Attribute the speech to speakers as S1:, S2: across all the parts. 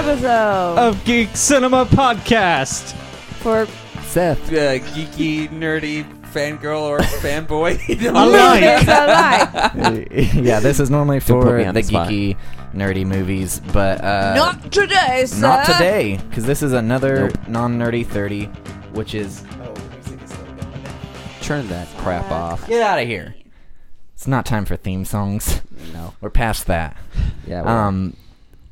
S1: Russo
S2: of Geek Cinema Podcast.
S1: for
S3: Seth.
S4: Uh, geeky, nerdy fangirl or fanboy.
S2: Online.
S1: Movies Alive.
S3: yeah, this is normally
S5: put
S3: for
S5: me on
S3: the,
S5: the spot.
S3: geeky, nerdy movies, but uh,
S1: Not today, sir.
S3: not today, because this is another
S5: Nope.
S3: non-nerdy thirty, which is
S5: Turn that crap off.
S3: get out of here. It's not time for theme songs.
S5: No.
S3: We're past that.
S5: Yeah. well,
S3: Um,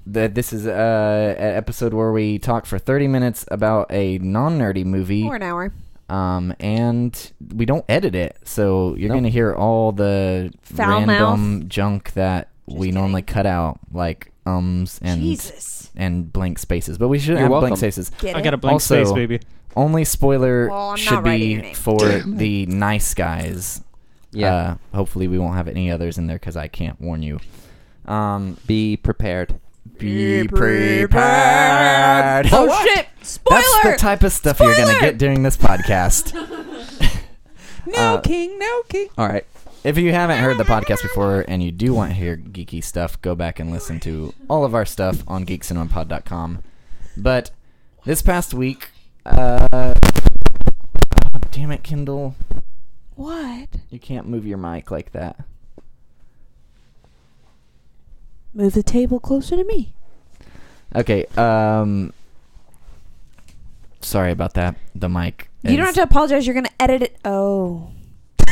S3: that this is uh, an episode where we talk for thirty minutes about a non-nerdy movie.
S1: Or an hour.
S3: um, and we don't edit it, so you're
S5: Nope.
S3: gonna hear all the
S1: Foul
S3: random junk that we
S1: kidding.
S3: normally cut out, like ums and
S1: Jesus.
S3: and blank spaces. But we shouldn't
S5: You're
S3: have
S5: welcome.
S3: blank spaces.
S1: Get
S2: I
S1: it?
S2: got a blank
S3: Also-
S2: space, baby.
S3: Only spoiler
S1: Well, I'm
S3: should
S1: not writing your
S3: be
S1: name.
S3: for the nice guys.
S5: yeah.
S3: Uh, hopefully, we won't have any others in there because I can't warn you. Um,
S5: be prepared.
S3: be prepared.
S1: Oh shit! Spoiler!
S3: That's the type of stuff you're gonna
S1: Spoiler!
S3: get during this podcast.
S1: no
S3: uh,
S1: king, no king.
S5: All right.
S3: If you haven't heard the podcast before and you do want to hear geeky stuff, go back and listen to all of our stuff on geekcinemapod.com. But this past week, uh, oh, damn it, Kindle,
S1: What?
S3: you can't move your mic like that.
S1: Move the table closer to me.
S3: Okay, um, sorry about that. The mic.
S1: You don't have
S3: is-
S1: to apologize. You're gonna edit it. Oh,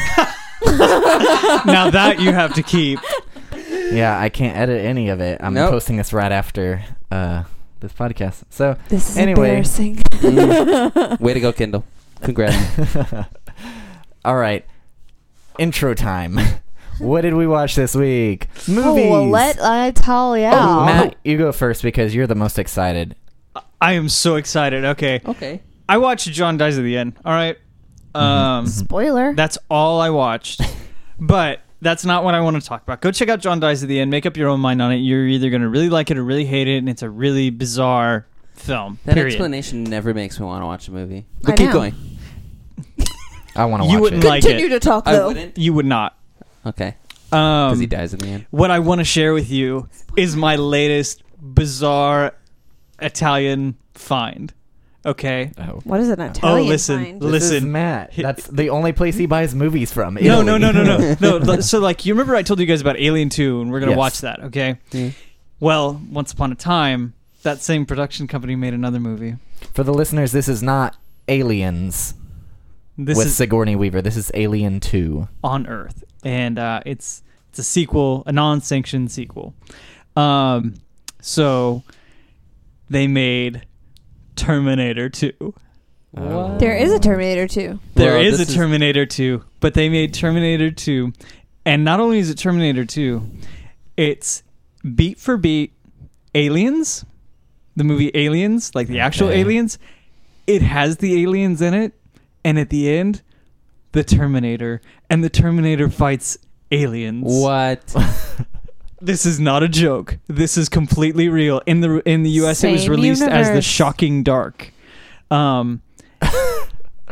S2: now that you have to keep.
S3: Yeah, I can't edit any of it. I'm
S5: Nope.
S3: posting this right after uh, this podcast. So
S1: this is
S3: Anyway.
S1: embarrassing.
S4: Mm.
S5: Way to go, Kindle. Congrats.
S3: All right. Intro time. what did we watch this week? Movies. Oh,
S6: Oh, well, let I tell you.
S3: Matt, you go first because you're the most excited.
S2: I am so excited. Okay.
S5: okay.
S2: I watched John Dies at the End. All right. Um,
S6: Spoiler.
S2: That's all I watched. but that's not what I want to talk about. Go check out John Dies at the End. Make up your own mind on it. You're either going to really like it or really hate it, and it's a really bizarre film.
S5: That
S2: period.
S5: explanation never makes me want to watch a movie.
S1: I
S5: But keep
S1: know.
S5: going.
S3: I want to
S2: You
S3: watch
S2: wouldn't
S3: it.
S2: like
S1: Continue
S2: it.
S1: to talk
S5: I
S1: though.
S5: wouldn't.
S2: You would not.
S5: Okay.
S2: Um,
S5: Because he dies in the end.
S2: what I want to share with you is my latest bizarre Italian find. Okay.
S3: oh.
S1: What is an Italian?
S2: listen.
S1: find?
S2: Li-
S3: This is
S2: Listen.
S3: Matt. That's the only place he buys movies from.
S2: No,
S3: Italy.
S2: no, no, no, no, no. li- So, like, you remember I told you guys about Alien Two, and we're gonna
S3: Yes.
S2: watch that, okay?
S5: Yeah.
S2: Well, once upon a time, that same production company made another movie.
S3: For the listeners, this is not Aliens
S2: This
S3: with
S2: is
S3: Sigourney Weaver. This is Alien 2.
S2: on Earth, and uh, it's it's a sequel, a non-sanctioned sequel. Um, so they made Terminator Two.
S5: What?
S1: There is a Terminator too.
S2: There
S5: Well,
S2: is
S5: this
S2: a Terminator 2, but they made Terminator 2. And not only is it Terminator 2, it's beat for beat Aliens, the movie Aliens, like the actual
S3: Okay.
S2: Aliens. It has the aliens in it. And at the end, the Terminator. And the Terminator fights aliens.
S5: What?
S2: This is not a joke. This is completely real. In the in the US it was
S6: Same
S2: released as The
S6: universe.
S2: Shocking Dark. Um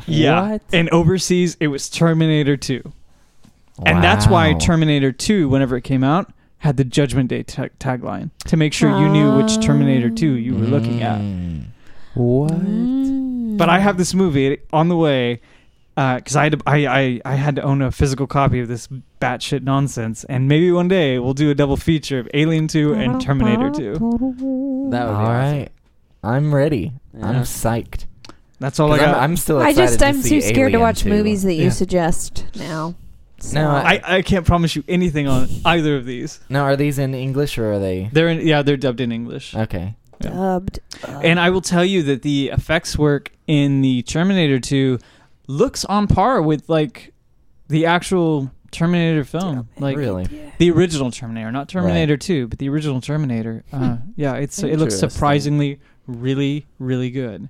S2: Yeah.
S5: What?
S2: And overseas it was Terminator 2. And that's why
S3: Wow.
S2: Terminator 2 whenever it came out had the Judgment Day ta- tagline to make sure you knew which Terminator 2 you were looking at.
S3: Mm.
S5: What?
S2: But I have this movie on the way because I, had to, I, I I had to own a physical copy of this batshit nonsense, and maybe one day we'll do a double feature of Alien Two and Terminator Two.
S5: That would
S3: All
S5: be awesome.
S3: right. I'm ready. I'm
S5: Yeah. Oh
S3: psyched.
S2: That's all I
S3: 'Cause
S2: got.
S3: I'm, I'm still
S1: I
S3: excited
S1: just
S3: to
S1: I'm
S3: see
S1: too scared to
S3: Alien
S1: watch
S3: 2.
S1: movies that you
S2: Yeah.
S1: suggest now. So.
S3: No,
S2: I, I can't promise you anything on either of these.
S3: Now, are these in English or are they?
S2: They're in, yeah, they're dubbed in English.
S3: Okay.
S1: dubbed.
S2: And I will tell you that the effects work in the Terminator 2 looks on par with like the actual Terminator film, like
S3: really?
S2: the original Terminator, not Terminator 2, but the original Terminator. Uh, yeah, it's it looks
S3: Hmm. Interesting.
S2: surprisingly really really good.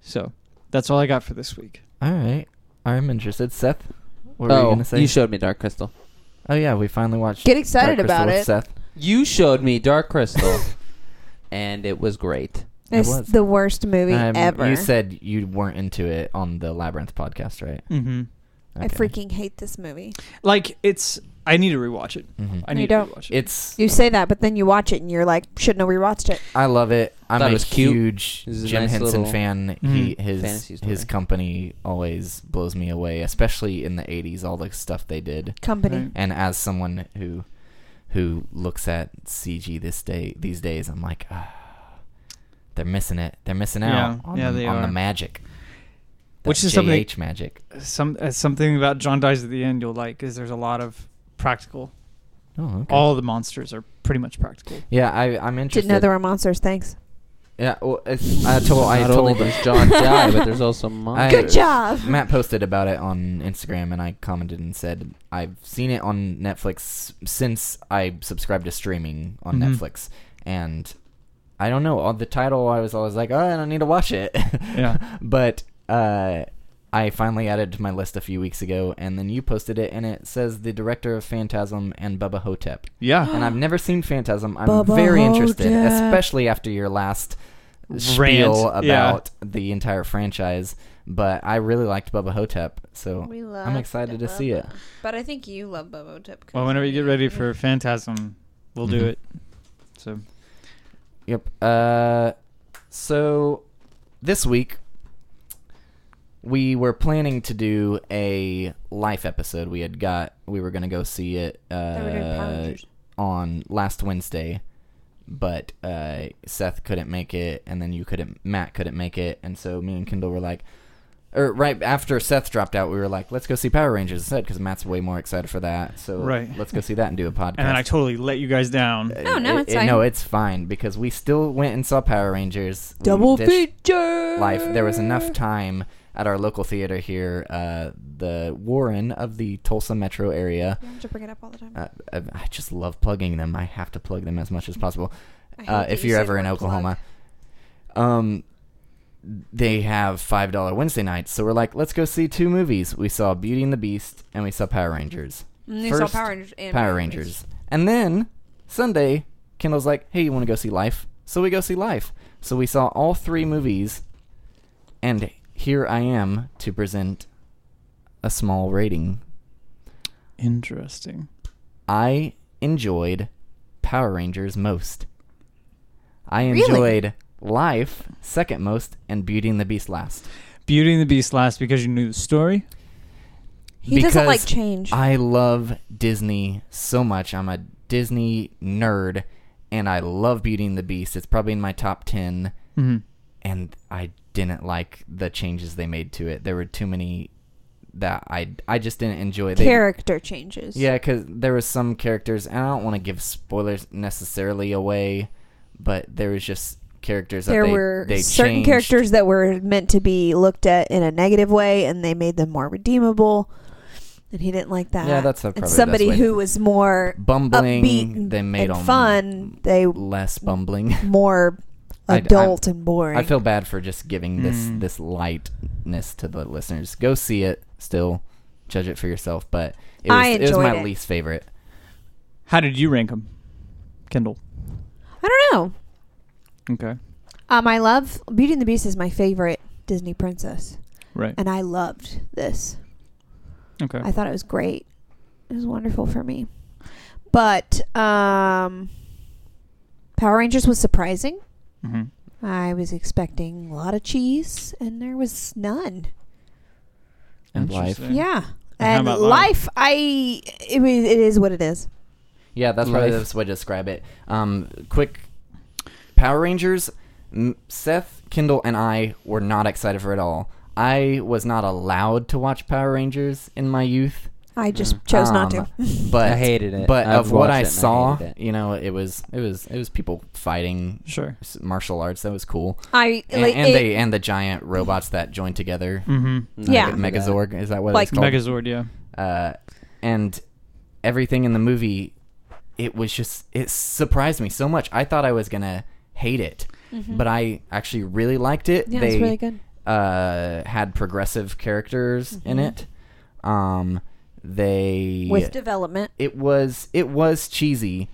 S2: So, that's all I got for this week.
S3: All right. I'm interested. Seth, what were you
S5: Oh,
S3: gonna say?
S5: you showed me Dark Crystal.
S3: oh yeah, we finally watched.
S1: Get
S3: Dark
S1: excited
S3: Crystal
S1: about
S3: with
S1: it.
S3: Seth.
S5: You showed me Dark Crystal, and it was great.
S3: It
S1: It's
S3: was.
S1: the worst movie
S3: Um,
S1: ever.
S3: You said you weren't into it on the Labyrinth podcast, right?
S2: Mhm.
S1: Mm. I freaking hate this movie.
S2: Like it's. I need to rewatch it.
S3: Mhm.
S2: I
S1: You
S2: need
S1: don't-
S2: to rewatch it.
S3: It's.
S1: You say that, but then you watch it and you're like, shouldn't have rewatched it.
S3: I love it. I'm
S5: Thought it
S3: a
S5: was cute.
S3: huge
S5: This is a
S3: Jim
S5: nice
S3: Henson
S5: little Mm.
S3: fan. He his
S5: fantasy
S3: his
S5: story.
S3: company always blows me away, especially in the '80s. All the stuff they did,
S1: Company.
S2: Right.
S3: and as someone who who looks at CG this day these days, I'm like, ah, they're missing it. They're missing out
S2: Yeah.
S3: on,
S2: Yeah,
S3: the,
S2: they
S3: on the
S2: are.
S3: magic.
S2: Which
S3: That
S2: is something-
S3: JH magic.
S2: Some uh, something about John dies at the end you'll like is there's a lot of practical.
S3: Oh, okay.
S2: All the monsters are pretty much practical.
S3: yeah, I, I'm interested.
S1: Didn't know there were monsters. Thanks.
S3: Yeah, well, it's, I told I
S5: Not
S3: told
S5: only does John die, but there's also monsters.
S1: Good job.
S3: Matt posted about it on Instagram, and I commented and said I've seen it on Netflix since I subscribed to streaming on
S1: Mm-hmm.
S2: Mhm.
S3: Netflix, and I don't know on the title. I was always like, oh, I don't need to watch it.
S2: Yeah.
S3: but uh, I finally added to my list a few weeks ago, and then you posted it, and it says the director of Phantasm and Bubba Hotep,
S2: Yeah.
S3: and I've never seen Phantasm. I'm
S1: Bubba
S3: very interested,
S1: Hotep.
S3: especially after your last
S2: Rant,
S3: spiel
S2: yeah.
S3: about the entire franchise, but I really liked Bubba Hotep, so
S1: We love
S3: I'm excited to see it.
S1: But I think you love Bobo Tip.
S2: Well, whenever you get ready for Phantasm, we'll do
S3: Mhm.
S2: it. So
S3: Yep. Uh, so this week we were planning to do a life episode. We had got we were gonna go see it uh, on last Wednesday, but uh, Seth couldn't make it, and then you couldn't, Matt couldn't make it, and so me and Kendall were like, or right after Seth dropped out, we were like, let's go see Power Rangers instead because Matt's way more excited for that. So
S2: Right.
S3: let's go see that and do a podcast. Uh,
S2: and then I totally let you guys down.
S1: No, Oh, no,
S3: It-
S1: it's
S3: it-
S1: fine.
S3: no, it's fine because we still went and saw Power Rangers. We
S1: Double
S3: ditched
S1: feature.
S3: Life. There was enough time at our local theater here, uh, the Warren of the Tulsa metro area.
S1: You have to bring it up all the time.
S3: Uh, I I just love plugging them. I have to plug them as much as possible
S1: I hate
S3: uh,
S1: that
S3: if
S1: you
S3: you're
S1: say
S3: ever
S1: the
S3: in
S1: word
S3: Oklahoma. Um, they have five dollar Wednesday nights, so we're like, let's go see two movies. We saw Beauty and the Beast, and we saw Power Rangers.
S1: plug. You Mm, saw
S3: First
S1: Power Rangers. and
S3: Power Rangers, and then Sunday, Kendall's like, hey, you want to go see Life? So we go see Life. So we saw all three movies, and here I am to present a small rating.
S2: Interesting.
S3: I enjoyed Power Rangers most. I
S1: Really?
S3: enjoyed Life second most and Beauty and the Beast last.
S2: Beauty and the Beast last because you knew the story.
S1: He doesn't like
S3: Because
S1: change.
S3: I love Disney so much. I'm a Disney nerd and I love Beauty and the Beast. It's probably in my top 10
S2: hmm
S3: and I didn't like the changes they made to it. There were too many that I I just didn't enjoy. They-
S1: Character changes.
S3: Yeah, because there was some characters, and I don't want to give spoilers necessarily away, but there was just characters
S1: There
S3: that they,
S1: were
S3: they
S1: certain
S3: changed.
S1: characters that were meant to be looked at in a negative way, and they made them more redeemable. And he didn't like that.
S3: Yeah, that's a- probably
S1: and
S3: the
S1: somebody
S3: best way.
S1: who was more
S3: bumbling.
S1: upbeat
S3: they made
S1: and
S3: them
S1: fun. They
S3: less bumbling.
S1: more
S3: I- I-
S1: adult and boring.
S3: I feel bad for just giving this
S2: Mm.
S3: this lightness to the listeners. Go see it still, judge it for yourself. But it was,
S1: I
S3: it was my
S1: enjoyed it.
S3: least favorite.
S2: How did you rank them, Kendall?
S1: I don't know.
S2: Okay.
S1: Um, I love Beauty and the Beast is my favorite Disney princess,
S2: Right.
S1: and I loved this.
S2: Okay.
S1: I thought it was great. It was wonderful for me. But um, Power Rangers was surprising.
S2: hmm
S1: I was expecting a lot of cheese, and there was none.
S3: And life.
S2: Interesting.
S1: Yeah,
S2: And how
S1: and
S2: about
S1: life, I it was it is what it is.
S3: Yeah, that's probably the
S2: Life.
S3: best way to describe it. Um, quick Power Rangers. m- Seth, Kendall, and I were not excited for it at all. I was not allowed to watch Power Rangers in my youth.
S1: I just chose not to.
S3: Um, But
S5: I hated it.
S3: But
S5: I've
S3: of what
S5: watched
S3: I
S5: it and I
S3: saw,
S5: hated it.
S3: you know, it was it was it was people fighting
S2: Sure.
S3: s- martial arts. That was cool.
S1: I
S3: And,
S1: like,
S3: and
S1: it- Mm.
S3: they and the giant robots that join together.
S2: Mm-hmm.
S1: Yeah.
S3: Mega- Megazorg is that what
S1: Like-
S3: it's called?
S2: Megazord. Yeah.
S3: uh, and everything in the movie, it was just it surprised me so much. I thought I was gonna hate it, but I actually really liked it.
S1: Mm-hmm. yeah,
S3: they
S1: it's really good.
S3: uh, had progressive characters in
S1: Mhm.
S3: it. Um, they
S1: With development
S3: it was it was cheesy,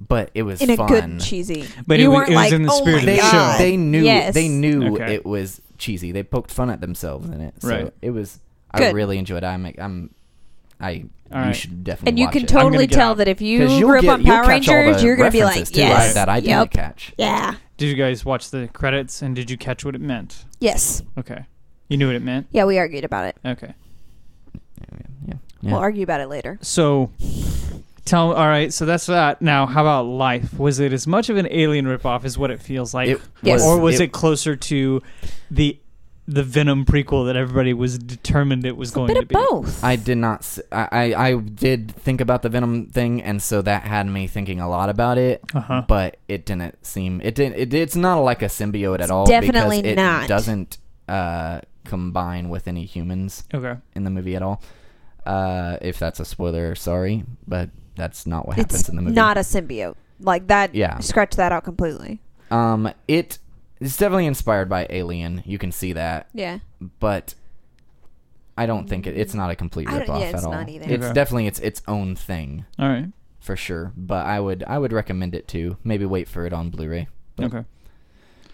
S3: but it was
S1: in a
S3: fun.
S1: good cheesy,
S2: But
S1: you
S2: it wa-
S1: weren't
S2: it was
S1: like,
S2: in the
S1: oh
S2: spirit
S1: my
S2: of the
S3: they,
S2: show.
S1: God.
S3: they knew
S1: Yes.
S3: they knew
S2: Okay.
S3: it was cheesy. They poked fun at themselves in it. So
S2: Right.
S3: it was I
S1: Good.
S3: really enjoyed it. I'm, I'm, I.
S2: All
S3: You
S2: right.
S3: should definitely.
S1: and you
S3: watch
S1: can
S3: it.
S2: gonna
S1: totally
S2: get
S1: tell
S2: out.
S1: that if
S3: 'Cause
S1: you
S3: you'll
S1: rip
S3: get-
S1: up
S3: you'll
S1: Power
S3: catch all the
S1: Rangers, you're gonna be
S3: references
S1: like,
S3: too,
S1: yes,
S3: that I didn't
S1: yep,
S3: catch.
S1: yeah,
S2: Did you guys watch the credits and did you catch what it meant?
S1: yes,
S2: Okay. You knew what it meant?
S1: yeah. We argued about it.
S2: Okay.
S3: Yeah. yeah.
S1: We'll argue about it later.
S2: So tell all right, so that's that. Now, how about life? Was it as much of an alien ripoff as what it feels like?
S3: It
S1: Yes.
S2: Or was it, closer to the the Venom prequel that everybody was determined it was going
S1: Bit
S2: to
S1: of
S2: be?
S1: both.
S3: I did not. s- I, I- I did think about the Venom thing, and so that had me thinking a lot about it.
S2: Uh-huh.
S3: But it didn't seem. It didn't. It, it's not like a symbiote at all.
S1: definitely
S3: because it
S1: not.
S3: Doesn't uh, combine with any humans
S2: Okay.
S3: in the movie at all. Uh, if that's a spoiler, sorry, but that's not what happens
S1: it's
S3: in the movie.
S1: not a symbiote like that.
S3: Yeah.
S1: scratch that out completely.
S3: um, it is definitely inspired by Alien. You can see that,
S1: Yeah,
S3: but I don't think it, it's not a complete
S1: I don't-
S3: ripoff
S1: yeah, it's
S3: at all.
S1: not either.
S3: It's
S2: Okay.
S3: definitely its its own thing.
S2: All right.
S3: for sure. But I would I would recommend it too. Maybe wait for it on Blu-ray. But,
S2: Okay.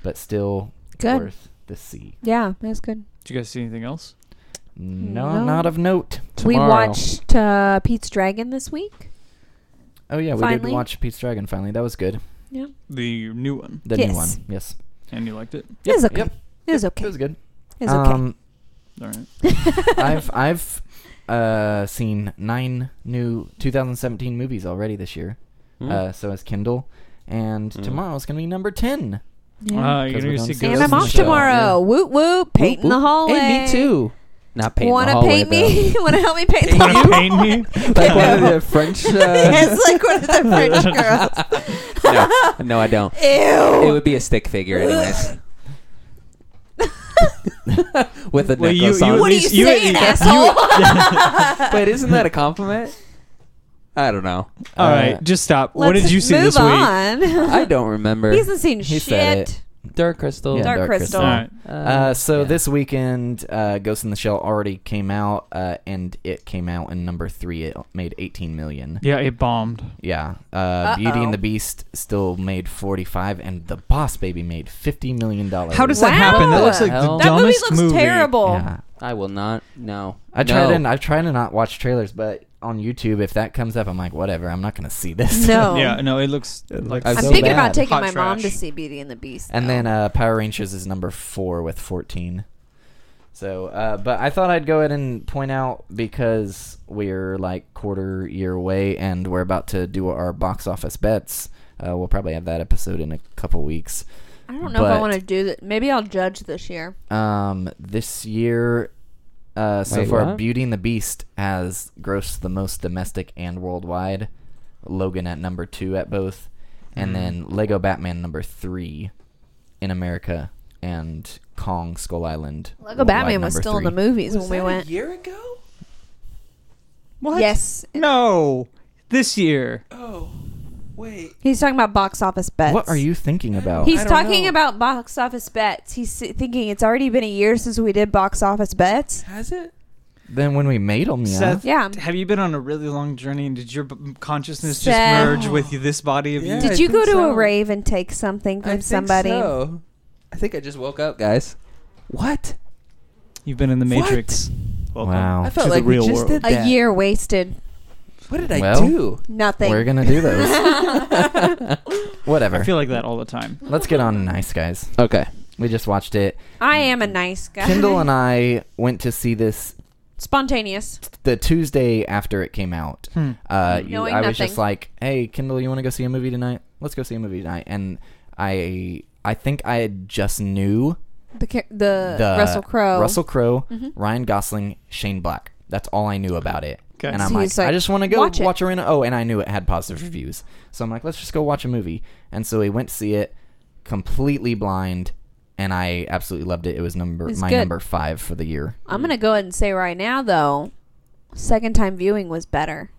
S3: But still
S1: Good.
S3: worth the see.
S1: yeah, that's good.
S2: Did you guys see anything else?
S3: No,
S1: No.
S3: not of note.
S1: We
S3: Tomorrow.
S1: watched uh, Pete's Dragon this week.
S3: Oh yeah, we
S1: Finally.
S3: did watch Pete's Dragon finally. That was good.
S1: Yeah,
S2: The new one.
S3: The
S1: Yes.
S3: new one. Yes.
S2: And you liked it?
S1: It was okay.
S3: Yep.
S1: it was okay.
S3: It was good.
S1: It was okay.
S3: Um
S2: All right.
S3: I've I've uh seen 9 new 2017 movies already this year.
S4: Hmm.
S5: Hmm?
S3: Uh so is Kindle and
S5: Mm.
S3: tomorrow's going to be number 10.
S1: Yeah.
S2: Uh, you're going
S3: 'Cause we're
S2: to
S3: done
S2: see
S3: seeing
S2: Ghost
S1: and
S3: Ghost
S1: I'm
S3: in
S1: off
S3: the Shell.
S1: tomorrow. Whoop whoop. Paint in the hallway.
S3: Hey, me too.
S5: Not paint.
S1: Want to paint me? Want to help me paint in the
S2: Want to
S1: hallway?
S2: paint me?
S5: Like one of the French. Uh,
S1: yes, like one of the French girls.
S5: no, no, I don't.
S1: Ew.
S5: It would be a stick figure, anyways. With a
S2: Well, you-
S5: necklace
S2: you
S5: on.
S2: at
S1: what are you
S2: least you-
S1: saying,
S2: you-
S1: asshole?
S5: Wait, isn't that a compliment? I don't know.
S2: All
S3: Uh,
S2: right, just stop.
S1: Let's
S2: what did you see
S1: move
S2: this week?
S1: on.
S5: I don't remember.
S1: He hasn't seen
S3: He
S1: shit.
S3: said it.
S5: Dark Crystal.
S3: Yeah,
S1: Dark,
S3: Dark
S1: Crystal.
S3: Crystal.
S2: All right.
S5: Uh,
S4: Oh,
S3: Uh, so
S5: yeah.
S3: this weekend, uh, Ghost in the Shell already came out, uh, and it came out in number three. It made 18 million.
S2: Yeah, it bombed.
S3: Yeah. Uh, Beauty
S1: Uh-oh.
S3: and the Beast still made 45, and The Boss Baby made 50 million dollars.
S2: How does
S1: Wow.
S2: that happen? That looks like
S5: What the
S2: the
S5: hell?
S1: That movie
S2: dumbest
S1: looks terrible.
S3: Yeah.
S5: I will not. No.
S3: I try
S5: no.
S3: to I try to not watch trailers, but on YouTube, if that comes up, I'm like, whatever. I'm not gonna see this.
S1: No.
S2: Yeah, no, it looks
S3: It
S2: like
S3: looks I'm
S1: I'm
S3: so
S1: thinking
S3: bad.
S1: about taking
S2: Hot
S1: my mom to
S2: trash.
S1: see Beauty and the Beast.
S3: And
S1: though.
S3: then uh, Power Rangers is number four with 14. So, uh, but I thought I'd go ahead and point out because we're like quarter year away and we're about to do our box office bets. Uh, we'll probably have that episode in a couple weeks.
S1: I don't know if I
S3: but-
S1: want to do that. Maybe I'll judge this year.
S3: Um, this year, uh, so
S5: Wait,
S3: far,
S5: what?
S3: Beauty and the Beast has grossed the most domestic and worldwide. Logan at number two at both, and then Lego Batman number three in America, and Kong Skull Island.
S1: Lego Batman was still in the movies
S4: Was
S1: when
S4: that
S1: we
S4: a
S1: went.
S4: year ago?
S2: What?
S1: Yes,
S2: No. This year.
S4: Oh, wait.
S1: he's talking about box office bets.
S3: What are you thinking about?
S1: He's
S4: I don't
S1: talking
S4: know.
S1: about box office bets. He's si- thinking it's already been a year since we did box office bets.
S4: Has it?
S3: then when we made them, yeah.
S2: Seth,
S1: Yeah.
S2: have you been on a really long journey and did your b- consciousness
S1: Seth.
S2: just merge with you, this body of
S4: Yeah.
S2: you?
S1: Did
S4: I
S1: you go
S4: think
S1: to a
S4: so.
S1: rave and take something
S4: I
S1: from
S4: think
S1: somebody?
S4: so. I think I just woke up, guys. What?
S2: You've been in the
S4: What?
S2: Matrix. Welcome
S3: Wow.
S4: I felt
S2: to
S4: like
S2: the
S4: we
S2: real
S4: just
S2: world.
S4: did
S1: A
S4: that.
S1: year wasted.
S4: What did I
S3: Well,
S4: do?
S1: Nothing.
S3: We're gonna do those.
S2: I
S3: Whatever.
S2: feel like that all the time.
S3: Let's get on nice guys.
S5: Okay.
S3: We just watched it.
S1: I am a nice guy.
S3: Kendall and I went to see this
S1: Spontaneous.
S3: the Tuesday after it came out.
S2: Hmm.
S3: Uh, you,
S1: Mm, Knowing
S3: I was
S1: nothing.
S3: just like, "Hey, Kendall, you want to go see a movie tonight? Let's go see a movie tonight." And I, I think I just knew
S1: The ca- the, Uh, Russell Crowe. Mm-hmm.
S3: Russell Crowe, Ryan Gosling, Shane Black. That's all I knew about it.
S2: Okay.
S3: And I'm
S1: So you
S3: like,
S1: just, like,
S3: I just want to go
S1: watch
S3: watch,
S1: it."
S3: a random. Oh, and I knew it had positive reviews, so I'm like, let's just go watch a movie. And so we went to see it, completely blind, and I absolutely loved it. It was number
S1: It's
S3: my
S1: good.
S3: number five for the year.
S1: I'm gonna go ahead and say right now though, second time viewing was better.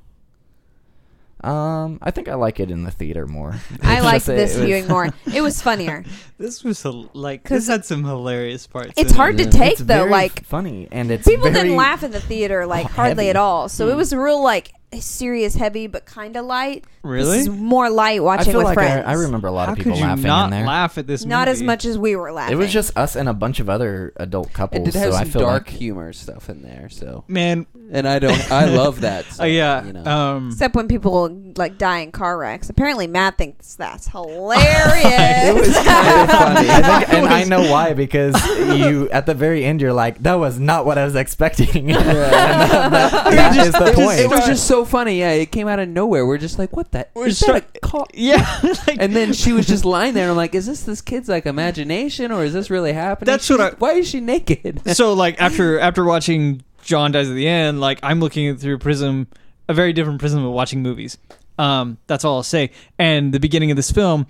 S3: Um, I think I like it in the theater more.
S1: I
S3: It's
S1: like
S3: just- it
S1: this
S3: was-
S1: viewing more. It was funnier.
S2: This was hil- like this
S1: 'Cause
S2: had some hilarious parts.
S1: It's
S2: in it.
S1: hard to take
S3: It's
S1: though.
S3: very
S1: Like
S3: funny and it's
S1: people
S3: very,
S1: didn't laugh in the theater like
S3: h-
S1: hardly
S3: heavy. Mm.
S1: at all. So it was real like serious heavy, but kind of light.
S2: Really?
S1: This is more light
S3: I
S1: watching
S3: feel
S1: with
S3: like I,
S1: friends.
S3: I remember a lot
S2: How
S3: of people
S2: could you
S3: laughing
S2: not
S3: in there.
S2: laugh at this?
S1: Not as
S2: movie?
S1: much as we were laughing.
S3: It was just us and a bunch of other adult
S4: It
S3: couples.
S4: did have
S3: so I
S4: some
S3: feel
S4: dark
S3: like
S4: humor stuff in there, so
S2: man.
S4: and I don't. I love that.
S2: Oh
S4: so,
S2: yeah.
S4: you know.
S3: mm.
S2: Um,
S1: Except when people like die in car wrecks. Apparently, Matt thinks that's hilarious.
S4: It was kind of funny.
S3: I think, and I know why because you at the very end you're like that was not what I was expecting. And that- that-
S2: You're
S3: that
S2: just-
S3: is the
S2: it was-
S3: point.
S4: It was just so funny. Yeah, it came out of nowhere. We're just like, what the?
S2: We're
S4: is
S2: so-
S4: that a car?
S2: yeah. like-
S4: And then she was just lying there, and I'm like, is this this kid's like imagination, or is this really happening?
S2: That's what
S4: She's-
S2: I-
S4: Why is she naked?
S2: so like after after watching John dies at the end, like I'm looking at it through a prism, a very different prism of watching movies. Um, that's all I'll say. And the beginning of this film,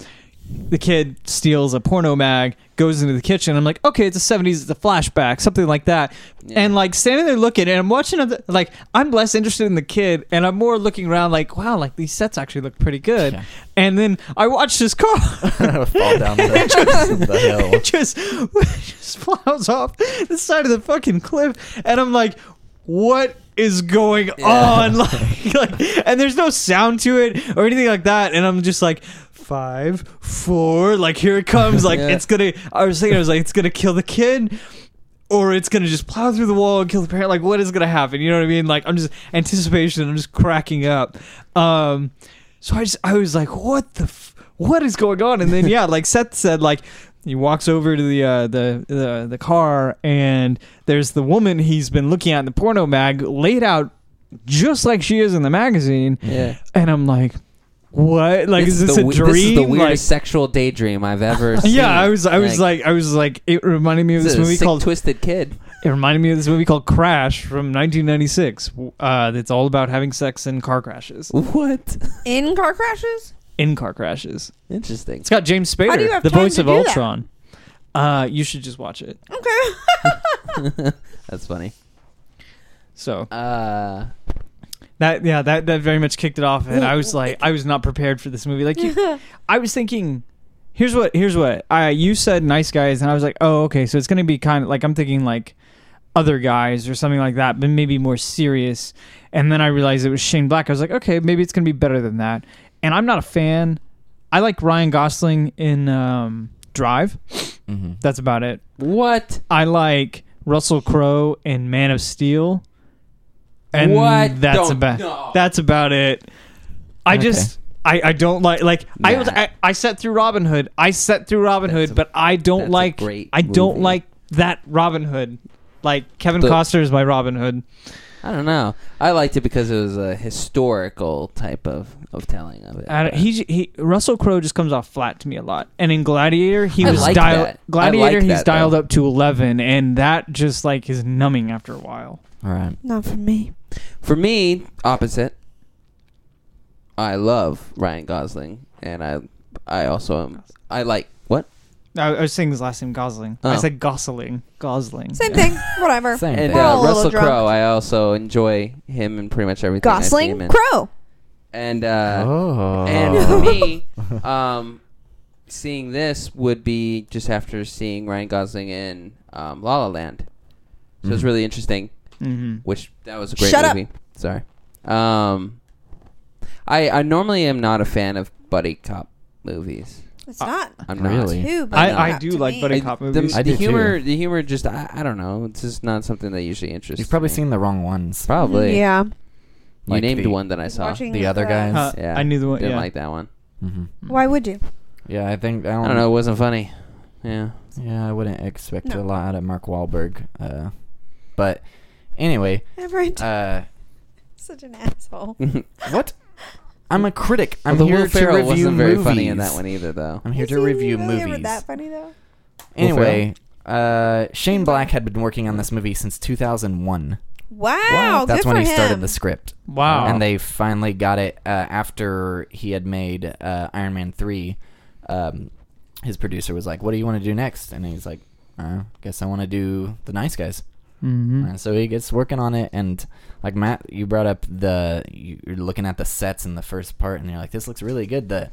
S2: the kid steals a porno mag, goes into the kitchen. I'm like, okay, it's the 70s, it's a flashback, something like that.
S4: Yeah.
S2: And like standing there looking, and I'm watching, other, like I'm less interested in the kid, and I'm more looking around, like, wow, like these sets actually look pretty good.
S3: Yeah.
S2: And then I watched this car.
S3: fall down the, the hill.
S2: it just just plows off the side of the fucking cliff and i'm like what is going on like, like and there's no sound to it or anything like that and i'm just like five four like here it comes like
S4: Yeah.
S2: it's gonna i was thinking i was like it's gonna kill the kid or it's gonna just plow through the wall and kill the parent like what is gonna happen you know what i mean like i'm just anticipation i'm just cracking up um so i just i was like what the f- what is going on and then yeah like seth said like he walks over to the uh the, the the car and there's the woman he's been looking at in the porno mag laid out just like she is in the magazine
S4: yeah.
S2: and i'm like what like is this
S4: the,
S2: a
S4: we-
S2: dream
S4: This is the weirdest
S2: Like-
S4: sexual daydream I've ever seen.
S2: yeah, I was, I was like, I was like, it reminded me of this
S4: a
S2: movie
S4: sick,
S2: called
S4: Twisted Kid.
S2: it reminded me of this movie called Crash from 1996. Uh, that's all about having sex in car crashes.
S4: What?
S1: in car crashes.
S2: In car crashes.
S4: Interesting.
S2: It's got James Spader,
S1: How do you have
S2: the
S1: time
S2: voice
S1: to
S2: of
S1: do that?
S2: Ultron. Uh, you should just watch it.
S4: That's funny.
S2: So
S4: Uh,
S2: that, yeah, that that very much kicked it off, and I was like, I was not prepared for this movie. Like, you, I was thinking. Here's what. Here's what. I you said nice guys, and I was like, oh, okay. So it's gonna be kind of like I'm thinking like other guys or something like that, but maybe more serious. And then I realized it was Shane Black. I was like, okay, maybe it's gonna be better than that. And I'm not a fan. I like Ryan Gosling in um, Drive.
S3: Mhm.
S2: That's about it.
S4: what?
S2: I like Russell Crowe in Man of Steel. And
S4: What?
S2: that's
S4: Don't-
S2: about
S4: no.
S2: that's about it. I
S3: Okay.
S2: just I, I don't like like I, was,
S4: Nah.
S2: I I sat through Robin Hood. I sat through Robin
S4: That's
S2: Hood,
S4: a-
S2: but I don't
S4: that's a
S2: like
S4: great
S2: I don't
S4: movie.
S2: like that Robin Hood. Like Kevin
S4: The-
S2: Costner is my Robin Hood.
S4: I don't know. I liked it because it was a historical type of, of telling of it.
S2: I don't, he, he Russell Crowe just comes off flat to me a lot. And in Gladiator, he
S4: I
S2: was
S4: like
S2: dial-
S4: that. I like
S2: Gladiator. he's
S4: that, though.
S2: dialed up to eleven, and that just like is numbing after a while.
S3: All right.
S1: Not for me.
S4: For me, opposite. I love Ryan Gosling, and I I also am. I like what?
S2: I, I was saying his last name Gosling. I
S4: Oh.
S2: said Gosling. Gosling.
S1: Same thing. Whatever.
S3: Same
S4: And
S3: thing.
S1: We're all
S4: uh,
S1: a little
S4: Russell
S1: drunk.
S4: Crowe. I also enjoy him in pretty much everything. I see him
S1: Gosling,
S4: in.
S1: Crow.
S4: and uh,
S3: oh.
S4: And for me, um, seeing this would be just after seeing Ryan Gosling in um, La La Land. So it's
S3: Mhm.
S4: really interesting.
S2: Mm-hmm.
S4: Which that was a great
S1: Shut up.
S4: movie. Sorry. Um, I I normally am not a fan of buddy cop movies.
S1: It's
S2: Uh,
S1: not
S4: I'm
S3: Really?
S4: not.
S1: two, but
S2: I,
S4: no.
S2: I
S1: not
S2: do
S1: to
S2: like
S1: me.
S2: buddy
S4: I-
S2: cop
S4: the,
S2: movies.
S4: The,
S3: I do
S4: humor, the humor, just I, I don't know. It's just not something that usually interests.
S3: You've probably
S4: me.
S3: seen the wrong ones.
S4: probably.
S1: Yeah.
S4: You
S3: Like
S4: named
S3: the-
S4: one that I saw.
S1: Watching
S3: the other guys.
S2: Uh,
S4: yeah,
S2: I knew the one.
S4: Didn't
S2: Yeah.
S4: like that one.
S3: Mhm.
S1: Why would you?
S3: Yeah, I think I don't,
S4: I don't know. It wasn't funny. Yeah.
S3: Yeah, I wouldn't expect
S1: No.
S3: a lot out of Mark Wahlberg. Uh, but anyway,
S1: Everett,
S3: uh,
S1: such an asshole.
S3: what? I'm a critic. I'm
S4: Although
S3: here
S4: Will
S3: to
S4: Ferrell
S3: review
S4: wasn't very
S3: movies.
S4: funny in that one either, though.
S3: I'm here
S1: Is
S3: to
S1: he
S3: review
S1: really ever
S3: movies.
S1: that funny though?
S3: Anyway, uh, Shane Black had been working on this movie since 2001.
S1: Wow.
S3: That's
S1: good
S3: when
S1: for
S3: he
S1: him.
S3: started the script.
S2: Wow.
S3: And they finally got it uh, after he had made uh, Iron Man 3. Um, his producer was like, What do you want to do next? And he's like, uh, Guess I want to do The Nice Guys.
S2: mm-hmm.
S3: And so he gets working on it, and like Matt, you brought up the you- you're looking at the sets in the first part, and you're like, "This looks really good." The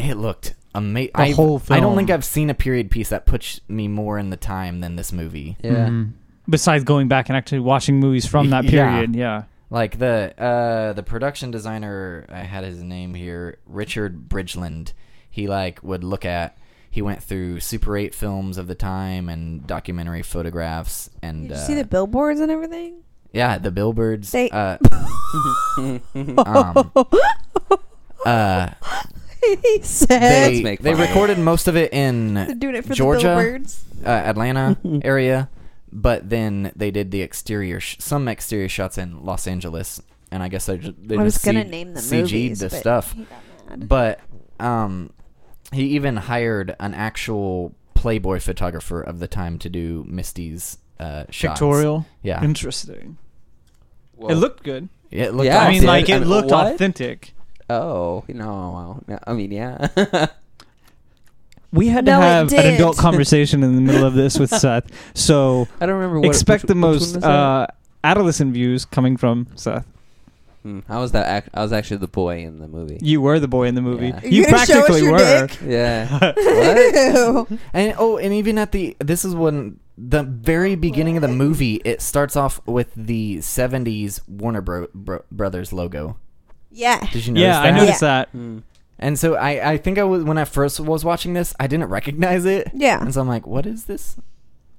S3: it looked amazing.
S2: The whole
S3: I don't
S2: film.
S3: think I've seen a period piece that puts me more in the time than this movie.
S4: Yeah.
S2: Mm-hmm. Besides going back and actually watching movies from that
S3: Yeah.
S2: period, yeah.
S3: Like the uh, the production designer, I had his name here, Richard Bridgeland. He like would look at. He went through Super 8 films of the time and documentary photographs and
S1: Did you
S3: uh,
S1: see the billboards and everything?
S3: yeah the billboards.
S1: They-
S3: uh, um, uh,
S1: he said
S3: they,
S4: make
S3: they
S4: fun of it.
S3: recorded most of it in
S1: they're doing it for the
S3: Georgia,
S1: billboards.
S3: uh, Atlanta area, but then they did the exterior, sh- some exterior shots in Los Angeles, and I guess they just, they
S1: I was
S3: just
S1: gonna
S3: C-
S1: name the
S3: CG'd
S1: movies,
S3: the
S1: but
S3: stuff.
S1: he got mad.
S3: But um, he even hired an actual Playboy photographer of the time to do Misty's uh, shots.
S2: Pictorial.
S3: yeah,
S2: Interesting.
S4: Whoa.
S2: It looked good.
S3: Yeah, it looked
S4: Yeah,
S2: I mean,
S4: did.
S2: like it
S4: I mean,
S2: looked
S4: what?
S2: authentic.
S4: Oh no, no! I mean, yeah.
S2: We had
S1: No,
S2: to
S1: it
S2: have an
S1: did.
S2: adult conversation in the middle of this with Seth. So
S4: I don't remember. What,
S2: expect
S4: which-
S2: the
S4: which
S2: most
S4: one was that?
S2: uh, adolescent views coming from Seth.
S4: Hmm, I was that. Act- I was actually the boy in the movie.
S2: You were the boy in the movie.
S4: Yeah.
S2: You
S1: You're gonna show us
S2: practically
S1: your
S2: were.
S1: dick?
S4: Yeah.
S1: Ew.
S3: And oh, and even at the this is when the very beginning of the movie it starts off with the '70s Warner Bro- Bro- Brothers logo.
S1: yeah.
S3: Did you notice
S2: Yeah, I
S3: that?
S2: noticed that.
S4: Hmm.
S3: And so I, I think I was when I first was watching this, I didn't recognize it.
S1: Yeah.
S3: And so I'm like, what is this?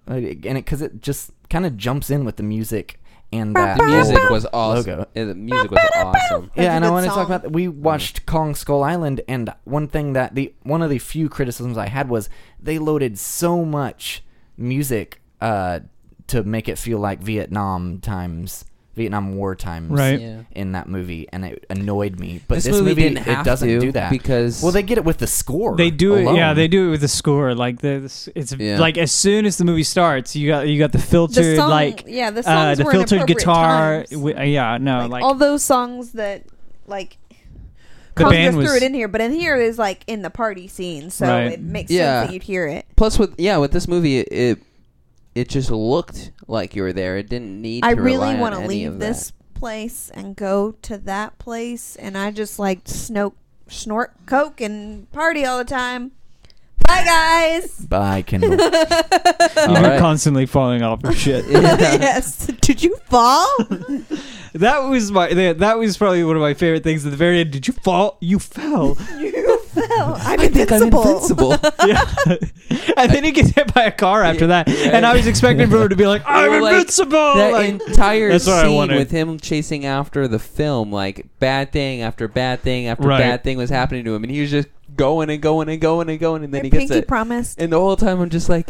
S3: Like, And it because it just kind of jumps in with the music and that
S4: The music
S3: whole
S4: was awesome.
S3: Logo.
S4: Yeah, the music was awesome.
S1: That's
S3: Yeah,
S1: a
S3: and I
S1: good
S3: want to talk
S1: song.
S3: about we watched Kong Skull Island, and one thing that the one of the few criticisms I had was they loaded so much music uh, to make it feel like Vietnam times, Vietnam War times,
S2: Right.
S4: Yeah.
S3: In that movie, and it annoyed me. But
S4: This
S3: this,
S4: movie
S3: movie,
S4: didn't have
S3: it doesn't
S4: to
S3: do that
S4: because-
S3: well, they get it with the score.
S2: They do it. Yeah,
S3: alone.
S2: they do it with the score. Like the, the s- it's
S4: Yeah.
S2: like as soon as the movie starts, you got you got the filtered
S1: The song,
S2: like
S1: yeah,
S2: uh,
S1: the songs
S2: the
S1: were
S2: filtered
S1: inappropriate
S2: guitar.
S1: times.
S2: Wi- uh, yeah, no,
S1: like,
S2: like,
S1: all those songs that like
S2: the
S1: Cosgrove
S2: band was
S1: threw it in here, but in here is like in the party scene, so
S2: Right.
S1: it makes
S4: Yeah.
S1: sense that you'd hear it.
S4: Plus, with yeah, with this movie, it it, it just looked like you were there. It didn't need.
S1: I
S4: to
S1: really
S4: want to
S1: leave this place and go to that place, and I just like snoke, snort coke and party all the time. Bye, guys.
S3: Bye, Kendall.
S2: you're
S4: All right.
S2: uh, constantly falling off of shit.
S1: yes. Did you fall?
S2: that was my that that was probably one of my favorite things at the very end. Did you fall? You fell.
S1: you fell. I'm invincible.
S2: yeah. and then he gets hit by a car after that.
S4: Yeah.
S2: And I was expecting Brewer to be like, I'm
S4: Well, like,
S2: invincible.
S4: that
S2: Like,
S4: entire
S2: That's what I
S4: scene
S2: wanted.
S4: with him chasing after the film, like bad thing after bad thing after
S2: Right.
S4: bad thing was happening to him, and he was just going and going and going and going, and then
S1: Your
S4: he gets
S1: pinky
S4: it.
S1: promise.
S4: and the whole time, I'm just like,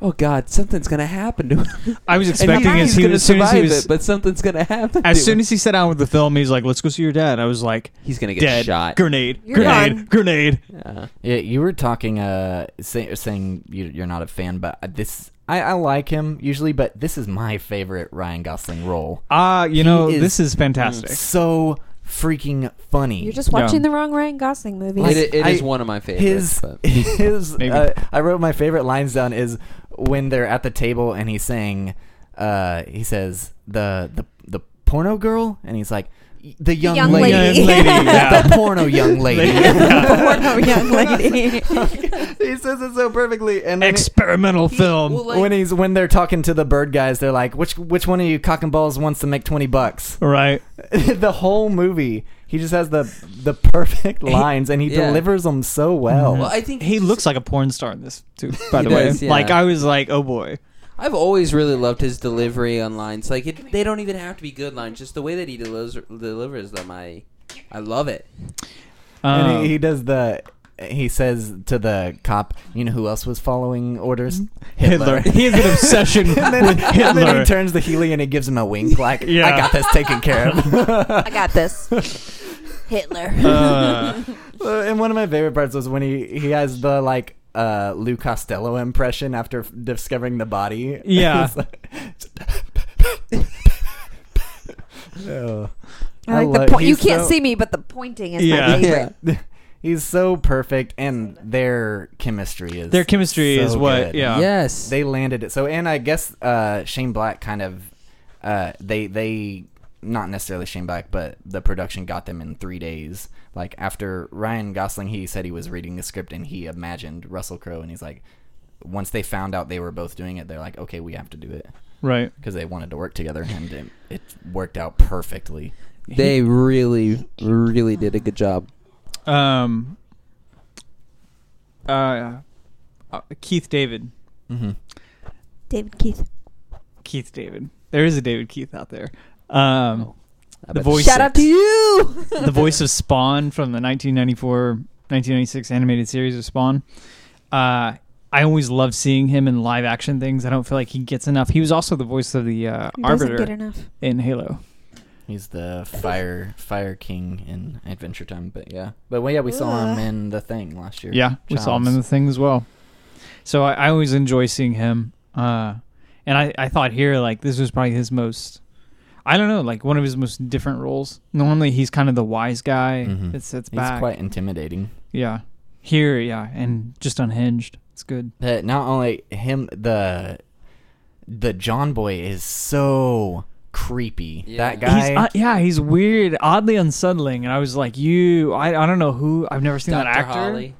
S4: oh god, something's gonna happen to him.
S2: I was
S4: And
S2: expecting
S4: he's
S2: as, he,
S4: gonna
S2: as soon as he
S4: survive
S2: was.
S4: it, but something's gonna happen.
S2: as soon as he sat down with the film, he's like, "Let's go see your dad." I was like,
S4: he's gonna get
S2: "Dead,
S4: shot.
S2: grenade,
S1: You're
S2: grenade,
S1: done.
S2: grenade."
S4: Yeah.
S3: yeah, you were talking, uh, say, saying you, you're not a fan, but uh, this I, I like him usually, but this is my favorite Ryan Gosling role.
S2: Ah, you know,
S3: is-
S2: this is fantastic.
S3: So freaking funny.
S1: You're just
S2: Yeah.
S1: watching the wrong Ryan Gosling movie.
S4: It- it is
S3: I-
S4: one of my
S3: his
S4: favorites. but-
S3: his.
S2: Maybe.
S3: Uh, I wrote my favorite lines down is when they're at the table and he's saying, uh, he says the the the porno girl, and he's like. The young,
S1: young
S3: lady,
S1: lady. Young lady,
S2: yeah.
S3: the porno young lady.
S1: Porno young lady.
S3: he says it so perfectly, and then he-
S2: Experimental film.
S3: when he's when they're talking to the bird guys, they're like, "Which which one of you cock and balls wants to make twenty bucks?"
S2: Right,
S3: the whole movie, he just has the the perfect lines, and he
S4: Yeah.
S3: delivers them so well.
S4: Well, I think
S2: he looks like a porn star in this too. By
S4: He
S2: the way,
S4: does, yeah.
S2: like I was like, "Oh boy,
S4: I've always really loved his delivery on lines. Like it, they don't even have to be good lines; just the way that he delivers, delivers them. I, I love it.
S2: um,
S3: and he, he does the. He says to the cop, "You know who else was following orders?
S2: Hitler. he has an obsession
S3: and, then,
S2: with Hitler."
S3: and then he turns the Healy and he gives him a wink, like,
S2: Yeah.
S3: "I got this taken care of."
S1: I got this. Hitler.
S2: Uh,
S3: and one of my favorite parts was when he he has the like uh, Lou Costello impression after f- discovering the body.
S2: Yeah.
S3: It's like- Oh.
S1: I like
S3: love-
S1: the point. You
S3: he's
S1: can't
S3: so-
S1: see me, but the pointing is
S2: Yeah.
S1: my favorite.
S3: He's so perfect, and their chemistry is
S2: their chemistry
S3: so
S2: is what,
S3: good.
S2: yeah.
S4: yes,
S3: They landed it. So, and I guess uh, Shane Black kind of uh, they they not necessarily Shane Black, but the production got them in three days. Like after Ryan Gosling, he said he was reading the script and he imagined Russell Crowe, and he's like, once they found out they were both doing it, they're like, okay, we have to do it.
S2: Right.
S3: because they wanted to work together, and it, it worked out perfectly.
S4: They really, really did a good job.
S2: Um. Uh, uh, Keith David.
S3: Mm-hmm.
S1: David Keith.
S2: Keith David. There is a David Keith out there. Um,
S4: I
S2: the
S4: bet-
S2: voice.
S1: Shout out to you.
S4: Oh.
S2: the voice of Spawn from the 1994 1996 animated series of Spawn. Uh, I always love seeing him in live action things. I don't feel like he gets enough. He was also the voice of the uh,
S1: Doesn't get
S2: Arbiter
S1: enough.
S2: in Halo.
S3: He's the fire fire king in Adventure Time, but yeah, but well, yeah, we saw him
S1: Ugh.
S3: in the thing last year.
S2: Yeah, we saw him in the thing as well. So I, I always enjoy seeing him. Uh, and I, I thought here, like, this was probably his most, I don't know, like one of his most different roles. Normally he's kind of the wise guy
S3: Mhm.
S2: that sits
S3: He's
S2: back.
S3: quite intimidating.
S2: yeah. Here, yeah, and just unhinged. It's good.
S3: But not only him, the the John Boy is so creepy.
S4: Yeah.
S3: That
S2: He's,
S3: guy.
S2: uh, yeah, he's weird, oddly unsettling. And I was like, you, I, I don't know who, I've never seen
S4: Dr.
S2: that actor.
S4: Holly.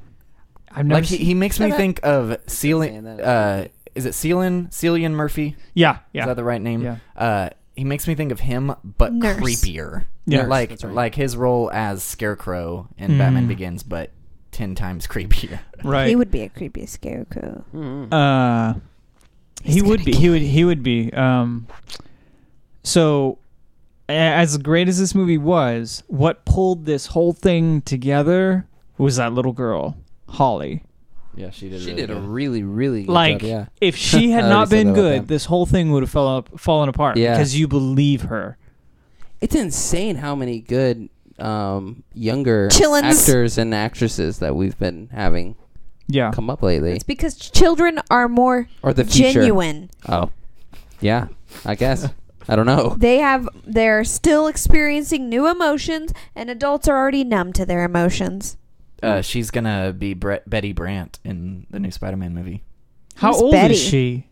S2: I've never
S3: like he,
S2: seen,
S3: he makes me
S4: Shut up.
S3: think of
S4: saying
S3: Celine.
S4: that.
S3: Uh, is it Celine? Cillian Murphy?
S2: yeah,
S3: Is
S2: yeah.
S3: that the right name?
S2: Yeah.
S3: Uh, he makes me think of him, but
S1: Nurse.
S3: creepier.
S2: Yeah.
S4: Nurse,
S3: like
S4: that's right.
S3: like his role as Scarecrow in
S2: Mm.
S3: Batman Begins, but ten times creepier. Uh,
S2: right.
S1: He would be a creepy scarecrow.
S4: Mhm.
S2: Uh, he
S1: He's
S2: would
S1: gonna
S2: be. He would. He would be. Um, so, a- as great as this movie was, what pulled this whole thing together was that little girl, Holly.
S3: Yeah, she did.
S4: she did a really, really good
S2: Like,
S4: job. Yeah.
S2: if she had
S4: I
S2: not
S4: already said
S2: been
S4: that about
S2: good,
S4: them.
S2: this whole thing would have fell up, fallen apart.
S4: Yeah.
S2: because you believe her.
S4: It's insane how many good um, younger
S1: Chillins.
S4: actors and actresses that we've been having
S2: Yeah,
S4: come up lately,
S1: It's because children are more
S4: or the future.
S1: genuine.
S4: Oh, yeah. I guess I don't know.
S1: They have they're still experiencing new emotions and adults are already numb to their emotions.
S3: Uh, she's gonna be Bre- Betty Brant in the new Spider-Man movie.
S2: how
S1: Who's
S2: old
S1: Betty?
S2: is she?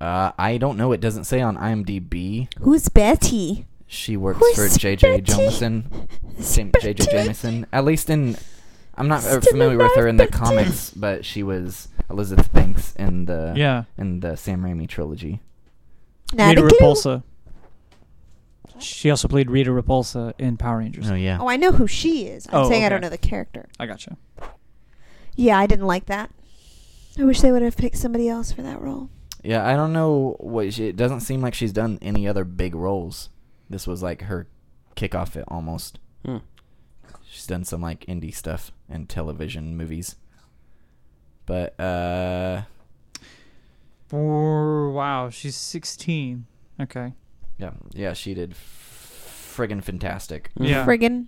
S3: Uh, I don't know. It doesn't say on IMDb.
S1: Who's Betty?
S3: She works
S1: Who's
S3: for J.J.
S1: Betty?
S3: Jameson. Jam- J.J.
S1: Betty?
S3: Jameson. At least in, I'm not uh,
S1: Still
S3: familiar with her in the
S1: alive, Betty.
S3: comics, but she was Elizabeth Banks in the
S2: Yeah,
S3: in the Sam Raimi trilogy.
S1: Not
S2: Rita
S1: a clue.
S2: Repulsa. She also played Rita Repulsa in Power Rangers.
S3: Oh yeah.
S1: Oh, I know who she is. I'm
S2: Oh,
S1: saying I
S2: okay.
S1: don't know the character.
S2: I gotcha.
S1: Yeah, I didn't like that. I wish they would have picked somebody else for that role.
S3: Yeah, I don't know what she. It doesn't seem like she's done any other big roles. This was like her kickoff it almost.
S4: Hmm.
S1: Mm-hmm.
S3: She's done some like indie stuff and television movies. But uh
S2: Four- Wow, she's sixteen. Okay.
S3: yeah, yeah, she did f- friggin' fantastic.
S2: Yeah.
S1: Friggin'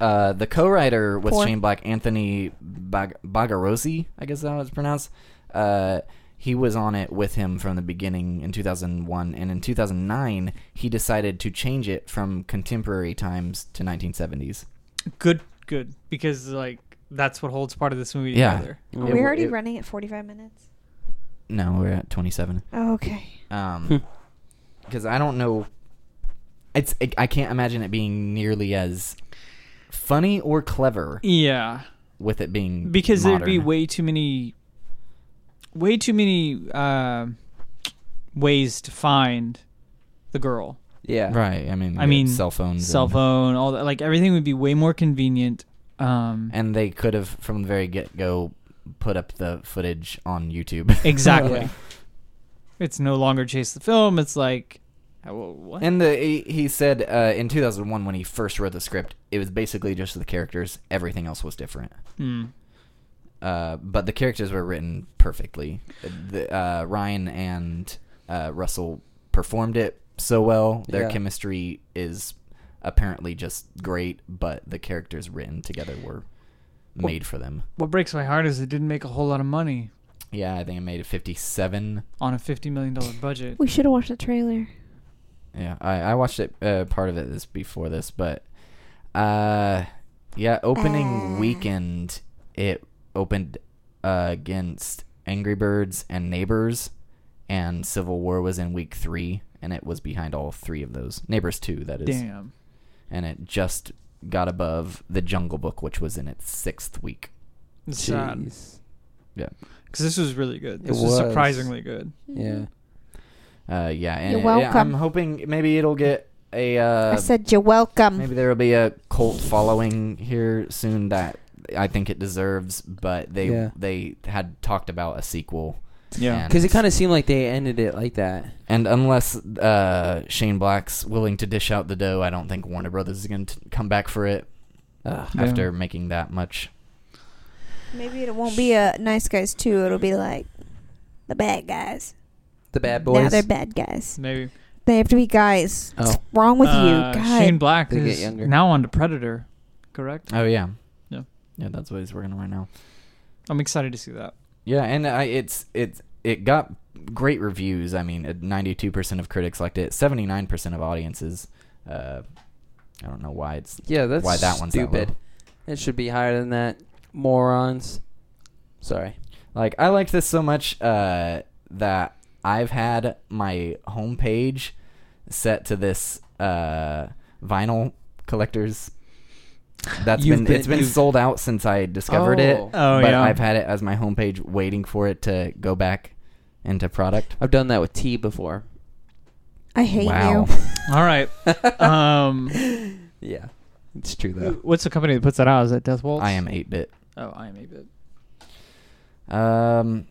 S3: Uh the co-writer with
S1: Poor.
S3: Shane Black, Anthony Bag- Bagarosi, I guess that's how it's pronounced. Uh he was on it with him from the beginning in 2001 and in 2009 he decided to change it from contemporary times to 1970s.
S2: good good because like that's what holds part of this movie
S3: Yeah.
S2: together
S1: Are
S3: It
S1: we
S3: w-
S1: already
S3: it-
S1: running at 45 minutes?
S3: No, we're at 27.
S1: Oh, okay.
S3: Um,
S2: Hmm.
S3: because I don't know. It's it, I can't imagine it being nearly as funny or clever
S2: yeah
S3: with it being
S2: because there'd be
S3: modern.
S2: way too many way too many um ways to find the girl
S4: Yeah.
S3: right. I mean,
S2: I mean,
S3: cell phones,
S2: cell
S3: and-
S2: phone all that like everything would be way more convenient um
S3: and, they could have from the very get go put up the footage on YouTube.
S2: exactly
S4: Yeah.
S2: it's no longer chase the film it's like oh, what
S3: And the he, he said uh, in 2001 when he first wrote the script, it was basically just the characters. Everything else was different.
S2: Hmm.
S3: Uh, but the characters were written perfectly. The, uh, Ryan and uh, Russell performed it so well. Their
S4: Yeah.
S3: chemistry is apparently just great, but the characters written together were made for them.
S2: what breaks my heart is it didn't make a whole lot of money
S3: Yeah, I think I made it 57.
S2: on a 50 million dollar budget
S1: We should have watched the trailer.
S3: Yeah, I, I watched it uh, part of it this before this, but uh, yeah, opening
S1: Uh.
S3: weekend it opened uh, against Angry Birds and Neighbors, and Civil War was in week three, and it was behind all three of those. Neighbors two, that is,
S2: damn
S3: and it just got above The Jungle Book, which was in its sixth week.
S2: it's sad
S4: Jeez.
S2: because this was really good
S4: It
S2: this was
S4: was.
S1: Mm-hmm.
S2: surprisingly good
S4: Yeah.
S3: Uh, yeah, and
S1: You're
S3: it- yeah, I'm
S1: welcome.
S3: hoping maybe it'll get a. Uh,
S1: I said you're
S4: Mm-hmm.
S1: welcome.
S3: maybe there will be a cult following here soon that I think it deserves, but they
S4: Yeah.
S3: they had talked about a sequel.
S2: Yeah.
S3: and-
S4: Because it kind of seemed like they ended it like that.
S3: And unless uh, Shane Black's willing to dish out the dough, I don't think Warner Brothers is going to come back for it uh,
S2: Yeah.
S3: after making that much.
S1: Maybe it won't be a nice guys too. It'll be like the bad guys.
S4: The bad
S1: Now
S4: boys.
S1: they're bad guys.
S2: Maybe.
S1: They have to be guys. What's
S4: Oh.
S1: wrong with
S2: Uh,
S1: you? God.
S2: Shane Black
S4: They get
S2: is
S4: younger.
S2: now on to Predator, correct?
S3: Oh yeah,
S2: Yeah.
S3: yeah. That's what he's working on right now.
S2: I'm excited to see that.
S3: Yeah, and I, it's it's it got great reviews. I mean, ninety-two percent of critics liked it, seventy-nine percent of audiences. Uh, I don't know why it's
S4: yeah, that's
S3: why that one's that
S4: stupid.
S3: low.
S4: it should be higher than that. Morons. Sorry.
S3: Like I liked this so much uh, that I've had my homepage set to this uh, vinyl collectors. That's
S2: You've
S3: been,
S2: been-
S3: it's been
S2: you've-
S3: sold out since I discovered it.
S4: Oh.
S2: Oh,
S3: but
S2: yeah.
S3: I've had it as my homepage, waiting for it to go back into product.
S4: I've done that with tea before.
S1: I hate
S3: wow.
S1: you.
S2: All right. um,
S4: Yeah. It's true, though.
S2: what's the company that puts that out? Is that Death Waltz?
S3: I am eight bit.
S2: Oh, I am a bit.
S3: Um,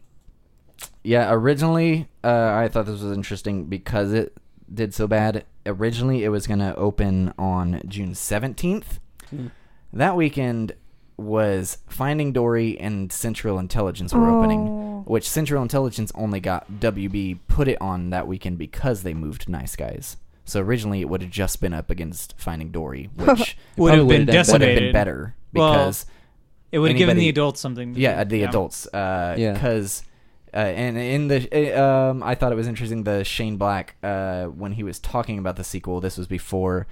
S3: yeah, originally uh, I thought this was interesting because it did so bad. Originally, it was going to open on June 17th.
S4: Hmm.
S3: That weekend was Finding Dory and Central Intelligence were opening,
S1: Oh.
S3: which Central Intelligence only got WB put it on that weekend because they moved Nice Guys. So originally, it would have just been up against Finding Dory, which
S2: Would
S4: Probably
S2: have been
S4: would've done-
S3: would have
S2: decimated.
S3: been better
S2: Well,
S3: because
S2: It would have given
S3: Anybody-
S2: the adults something. to
S3: yeah uh,
S2: do.
S3: the adults uh
S4: Yeah.
S3: because uh, and in the uh, um i thought it was interesting the shane black uh when he was talking about the sequel this was before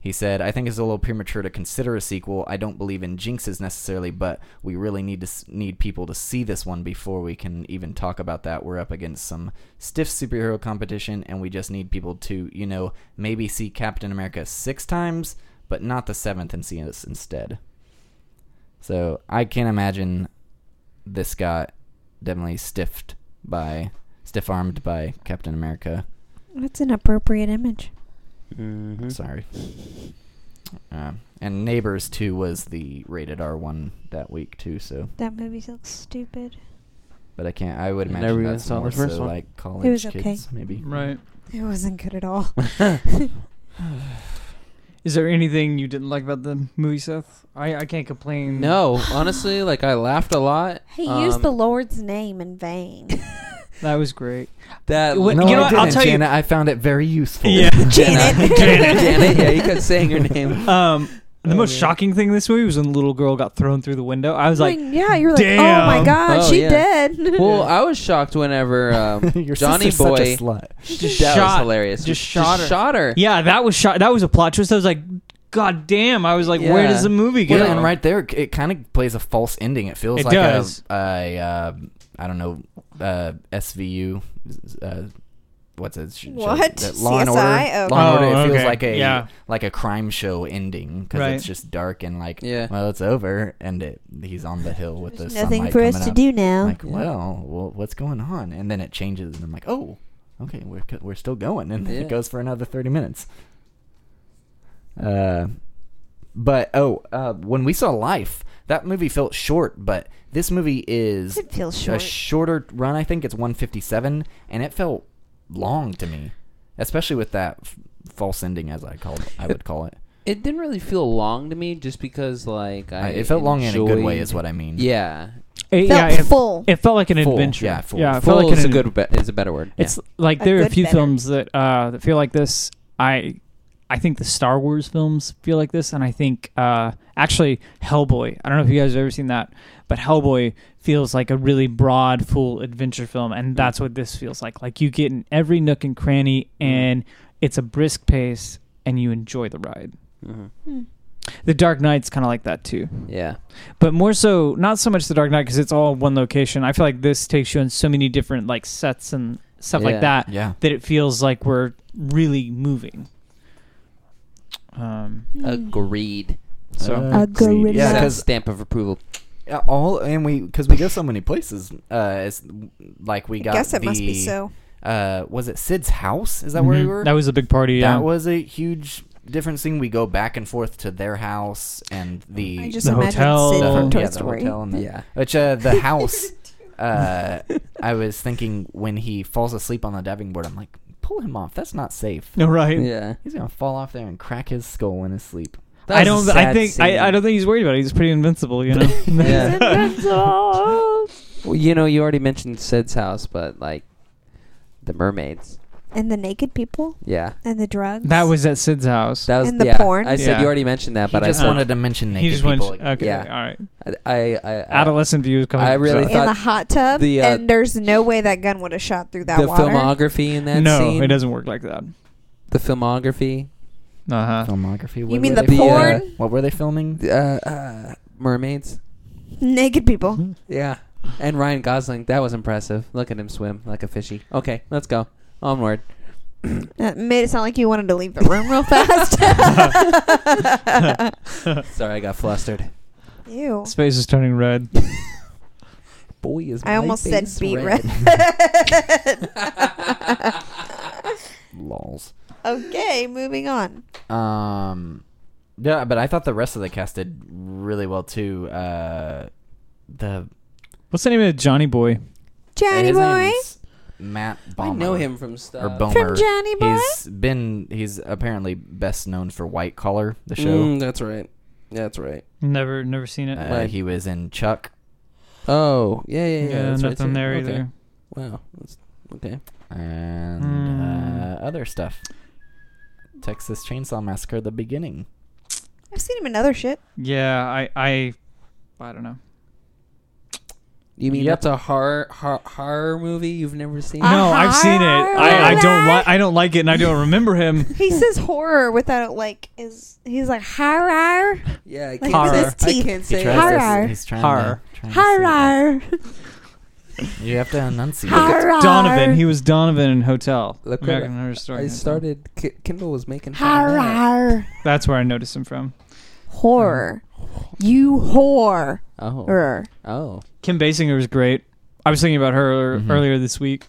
S3: he said i think it's a little premature to consider a sequel i don't believe in jinxes necessarily but we really need to s- need people to see this one before we can even talk about that we're up against some stiff superhero competition and we just need people to you know maybe see captain america six times but not the seventh and see us instead so i can't imagine this got definitely stiffed by stiff armed by Captain America.
S1: That's an appropriate image.
S4: Mm-hmm.
S3: Sorry. Uh, and Neighbors too was the rated R one that week too. So,
S1: That movie looks stupid.
S3: but I can't. I would
S4: I
S3: imagine
S4: never even
S3: that's
S4: saw the
S3: more
S4: first
S3: so
S4: one.
S3: like college
S1: was okay.
S3: kids maybe.
S2: Right.
S1: It wasn't good at all.
S2: Is there anything you didn't like about the movie, Seth? I, I can't complain.
S4: No, honestly, like, I laughed a lot.
S1: He
S4: Um,
S1: used the Lord's name in vain.
S2: That was great.
S4: That
S2: What-
S3: No,
S2: You know
S3: I
S2: what,
S3: didn't,
S2: I'll tell you-
S3: Janet. I found it very useful.
S1: Janet.
S4: Janet. Janet. Yeah, you kept saying her name.
S2: Um, the
S4: Oh,
S2: most
S4: yeah.
S2: shocking thing in this movie was when the little girl got thrown through the window. I was like,
S1: yeah, you're like, oh
S2: damn.
S1: my god,
S4: Oh,
S1: she
S4: yeah.
S1: dead.
S4: Well, I was shocked whenever um,
S3: Your
S4: Johnny
S3: sister's such a
S4: Boy.
S3: slut.
S2: just
S4: that was
S2: shot.
S4: hilarious.
S2: Just shot her.
S4: Shot her.
S2: Yeah, that was shot. That was a plot twist. I was like, God damn! I was like, where
S4: Yeah.
S2: does the movie go?
S3: Well, and right there, it kind of plays a false ending. It feels
S2: It
S3: like
S2: does.
S3: a, a uh, I don't know, uh, SVU. Uh, what's it? sh- show?
S1: What?
S3: That Law and Order.
S1: CSI? Okay.
S3: Law and Order.
S2: Oh,
S3: It feels
S2: okay.
S3: like a
S2: Yeah.
S3: like a crime show ending because
S2: Right.
S3: it's just dark and like,
S4: Yeah.
S3: well, it's over, and it, he's on the hill with
S1: There's
S3: the
S1: nothing
S3: sunlight
S1: for us
S3: coming
S1: to
S3: up.
S1: do now.
S3: Like, well, well, what's going on? And then it changes, and I'm like, oh, okay, we're co- we're still going, and then
S4: Yeah.
S3: it goes for another thirty minutes. Uh, but oh, uh, when we saw Life, that movie felt short, but this movie is
S1: it feels
S3: a
S1: short.
S3: shorter run. I think it's 157, and it felt long to me, especially with that f- false ending, as I called, I would call it.
S4: It didn't really feel long to me, just because like I
S3: I- it felt long in a good way,
S4: enjoyed-
S3: is what I mean.
S4: Yeah,
S2: It-
S1: felt
S2: yeah, it,
S1: full.
S2: it felt like an
S3: Full,
S2: adventure.
S3: yeah, full.
S2: yeah, it
S4: full
S2: felt like
S4: is
S2: an
S4: a good be- is a better word.
S2: It's like
S1: A
S2: there are a
S1: good
S2: few
S1: better.
S2: films that uh, that feel like this. I I think the Star Wars films feel like this, and I think uh, actually Hellboy. I don't know if you guys have ever seen that, but Hellboy feels like a really broad, full adventure film, and that's what this feels like. Like you get in every nook and cranny, and it's a brisk pace, and you enjoy the ride.
S4: yeah. Mhm.
S1: Hmm.
S2: The Dark Knight's kind of like that too
S4: yeah,
S2: but more so not so much the dark knight because it's all one location i feel like this takes you on so many different like sets and stuff
S4: Yeah.
S2: like that
S3: Yeah.
S2: that it feels like we're really moving um
S1: Hmm.
S4: agreed.
S2: so
S3: Uh,
S1: Agreed.
S3: agreed. Yeah,
S4: Stamp-
S3: 'cause
S4: stamp of approval.
S3: Yeah, all and we because we go so many places. Uh, it's like we
S1: I
S3: got
S1: guess it
S3: the
S1: must be so.
S3: uh, was it Sid's house? Is that where we
S2: Mhm.
S3: were?
S2: That was a big party. Yeah.
S3: That was a huge difference thing. We go back and forth to their house and the
S1: I just
S2: The
S1: imagine
S2: hotel.
S1: Sid
S2: The-
S1: from Toy
S3: yeah, the
S1: Story.
S3: hotel and the-
S4: Yeah.
S3: Which uh, the house, uh, I was thinking when he falls asleep on the diving board, I'm like, pull him off. That's not safe.
S2: no right.
S4: Yeah.
S3: He's gonna fall off there and crack his skull in his sleep.
S4: That
S2: I
S4: was
S2: don't.
S4: a
S2: I
S4: sad
S2: think.
S4: scene.
S2: I, I don't think he's worried about it. He's pretty invincible. You know.
S4: Yeah. Well, you know, you already mentioned Sid's house, but like the mermaids.
S1: And the naked people
S4: Yeah.
S1: and the drugs.
S2: That was at Sid's house.
S4: That was
S1: And the
S4: yeah,
S1: porn.
S4: I said
S2: Yeah.
S4: you already mentioned that,
S3: But
S4: but
S3: I just
S4: I
S3: wanted to mention naked
S2: he just went.
S3: people.
S2: Okay.
S4: Yeah.
S2: All right.
S4: I, I, I,
S2: Adolescent views coming.
S4: I really
S2: so-
S1: in the
S4: thought
S1: hot tub.
S4: the, uh,
S1: and there's no way that gun would have shot through that
S4: the
S1: water.
S4: filmography in that
S2: no,
S4: scene.
S2: it doesn't work like that.
S4: The filmography.
S2: Uh huh.
S3: Filmography.
S1: You mean
S3: were
S1: the
S3: they filming?
S1: porn?
S4: uh,
S3: what were they filming?
S4: Uh, uh, mermaids.
S1: Naked people.
S2: Mm-hmm.
S4: Yeah. And Ryan Gosling. That was impressive. Look at him swim like a fishy. Okay, let's go. Onward.
S1: That made Uh, it sound like you wanted to leave the room real fast.
S4: Sorry, I got flustered.
S1: Ew.
S2: Space is turning red.
S4: Boy, is
S1: I
S4: my
S1: almost said
S4: face
S1: beat red.
S3: Lols.
S1: okay, moving on.
S3: Um, yeah, but I thought the rest of the cast did really well too. Uh, the
S2: What's the name of Johnny Boy?
S1: Johnny
S3: his
S1: Boy.
S3: name's Matt Bomber.
S4: I know him from stuff.
S3: or Bomer.
S1: From Johnny Boy?
S3: He's been he's apparently best known for White Collar, the show.
S4: Mm, that's right. That's right.
S2: Never, never seen it.
S3: Uh, he was in Chuck.
S4: Oh, yeah, yeah, yeah.
S2: yeah,
S4: that's right,
S2: nothing
S4: too.
S2: there
S4: Okay.
S2: either.
S4: Wow. That's, okay.
S3: and
S2: Mm.
S3: uh, other stuff. Texas Chainsaw Massacre: The Beginning.
S1: I've seen him in other shit.
S2: Yeah, I, I, I don't know.
S4: You mean
S3: Yep.
S4: that's a horror, horror horror movie you've never seen?
S1: Uh,
S2: No, I've seen it. I, I don't
S1: Horror.
S2: like. I don't like it, and I don't remember him.
S1: He says horror without like is he's like horror
S4: yeah, I
S1: like
S4: can't,
S1: with
S2: Horror.
S1: his
S4: I can't
S1: teeth.
S3: He
S4: say
S3: tries
S4: it.
S3: to-
S1: Horror.
S3: he's trying
S2: Horror.
S3: To, trying to say
S1: Horror.
S3: it. You have to enunciate. it.
S1: Horror.
S2: Donovan. He was Donovan in Hotel.
S4: Look what
S2: American Horror Story.
S4: I
S2: Hotel.
S4: started. K- Kindle was making fun of that.
S1: Horror.
S2: That's where I noticed him from.
S1: Horror. You whore.
S4: Oh,
S1: Er.
S4: oh,
S2: Kim Basinger was great. I was thinking about her
S3: Mhm.
S2: earlier this week.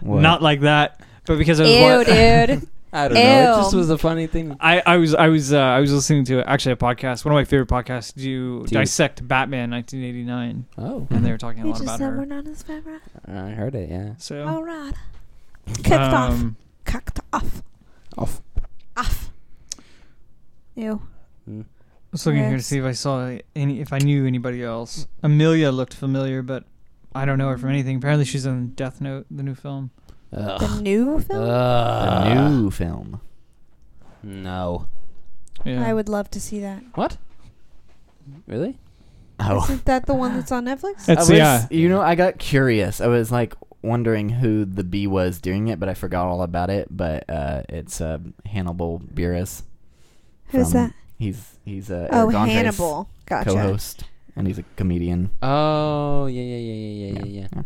S3: What?
S2: Not like that, but because I was wa-
S1: Ew, dude.
S4: I don't know. It
S1: Ew.
S4: just was a funny thing.
S2: I, I was I was uh, I was listening to actually a podcast, one of my favorite podcasts, do
S4: Dude.
S2: dissect Batman 1989,
S4: Oh,
S2: and they were talking a
S1: He
S2: lot
S1: just
S2: about
S1: said we're Oh,
S2: her.
S1: not his favorite.
S4: I heard it. Yeah.
S2: So
S1: All right. Kicked off.
S2: um,
S1: Cocked off.
S4: Off.
S1: Off. Ew.
S2: I was looking here to
S1: Yes.
S2: see if I saw any if I knew anybody else. Amelia looked familiar, but I don't know her from anything. Apparently, she's in Death Note, the new film.
S1: The new film?
S2: Uh,
S3: the new film.
S4: No.
S2: Yeah,
S1: I would love to see that.
S4: Really?
S3: Oh,
S1: Isn't that the one that's on
S2: it's
S1: Netflix?
S3: I was-
S2: yeah.
S3: You know, I got curious. I was like wondering who the bee was doing it, but I forgot all about it. But uh, it's uh, Hannibal Buress.
S1: Who's
S3: from-
S1: that?
S3: He's he's uh,
S1: Oh,
S3: Eric Andre's
S1: Hannibal. Gotcha.
S3: co-host, and he's a comedian.
S4: Oh, yeah, yeah, yeah, yeah, yeah, yeah. yeah.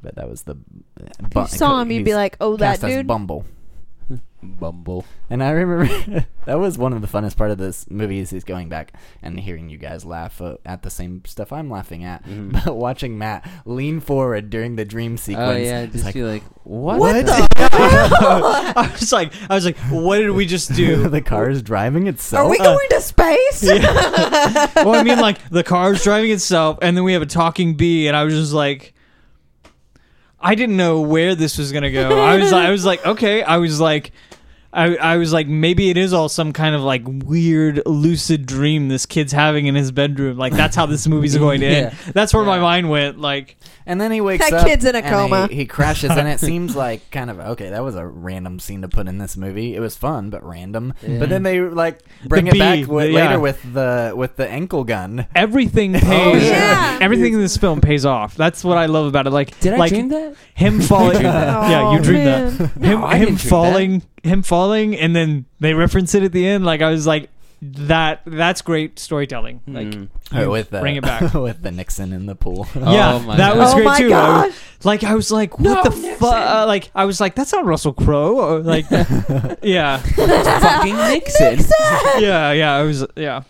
S3: But that was the. uh,
S1: If you saw him, you'd be like, oh, that
S3: cast as
S1: dude.
S3: Bumble.
S4: Bumble.
S3: And I remember that was one of the funnest part of this movie is, is going back and hearing you guys laugh uh, at the same stuff I'm laughing at,
S4: Mhm.
S3: but watching Matt lean forward during the dream sequence.
S4: Oh yeah,
S3: it's
S4: just
S3: like,
S4: be like, what?
S3: What
S4: the?
S2: I was like, I was like, what did we just do?
S3: the car is driving itself.
S1: Are we going to space?
S2: Uh, well, I mean, like the car's driving itself, and then we have a talking bee, and I was just like, I didn't know where this was gonna go. I was, I was like, okay, I was like. I, I was like, maybe it is all some kind of like weird lucid dream this kid's having in his bedroom. Like that's how this movie's going to end. That's where my
S4: mm, Yeah.
S2: mind went. Like,
S3: And then he wakes
S1: That
S3: up.
S1: kid's in a
S3: and
S1: coma.
S3: He, he crashes, and it seems like kind of okay. That was a random scene to put in this movie. It was fun, but random. But then they like bring
S2: The
S3: it back
S2: bee,
S3: wi-
S2: yeah.
S3: later with the with the ankle gun.
S2: everything
S4: Oh,
S2: pays.
S1: yeah.
S2: Everything in this film pays off. That's what I love about it. Like,
S4: Did I
S2: like
S4: dream that?
S2: him falling.
S1: that.
S2: yeah, you
S1: Oh,
S2: dreamed
S1: man.
S2: that. Him,
S4: No, I
S2: him
S4: didn't dream that.
S2: falling, him falling, and then they reference it at the end. Like I was like, that that's great storytelling. Like,
S4: Mm.
S3: Or with the,
S2: bring it back.
S3: with the Nixon in the pool.
S2: yeah,
S4: Oh my
S2: that
S4: God.
S2: was
S1: Oh
S2: great
S1: my
S2: too. I was-
S1: gosh.
S2: like I was like, what the fuck? like I was like, that's not Russell Crowe. Or like, yeah,
S4: fucking Nixon.
S2: yeah, yeah. I was yeah.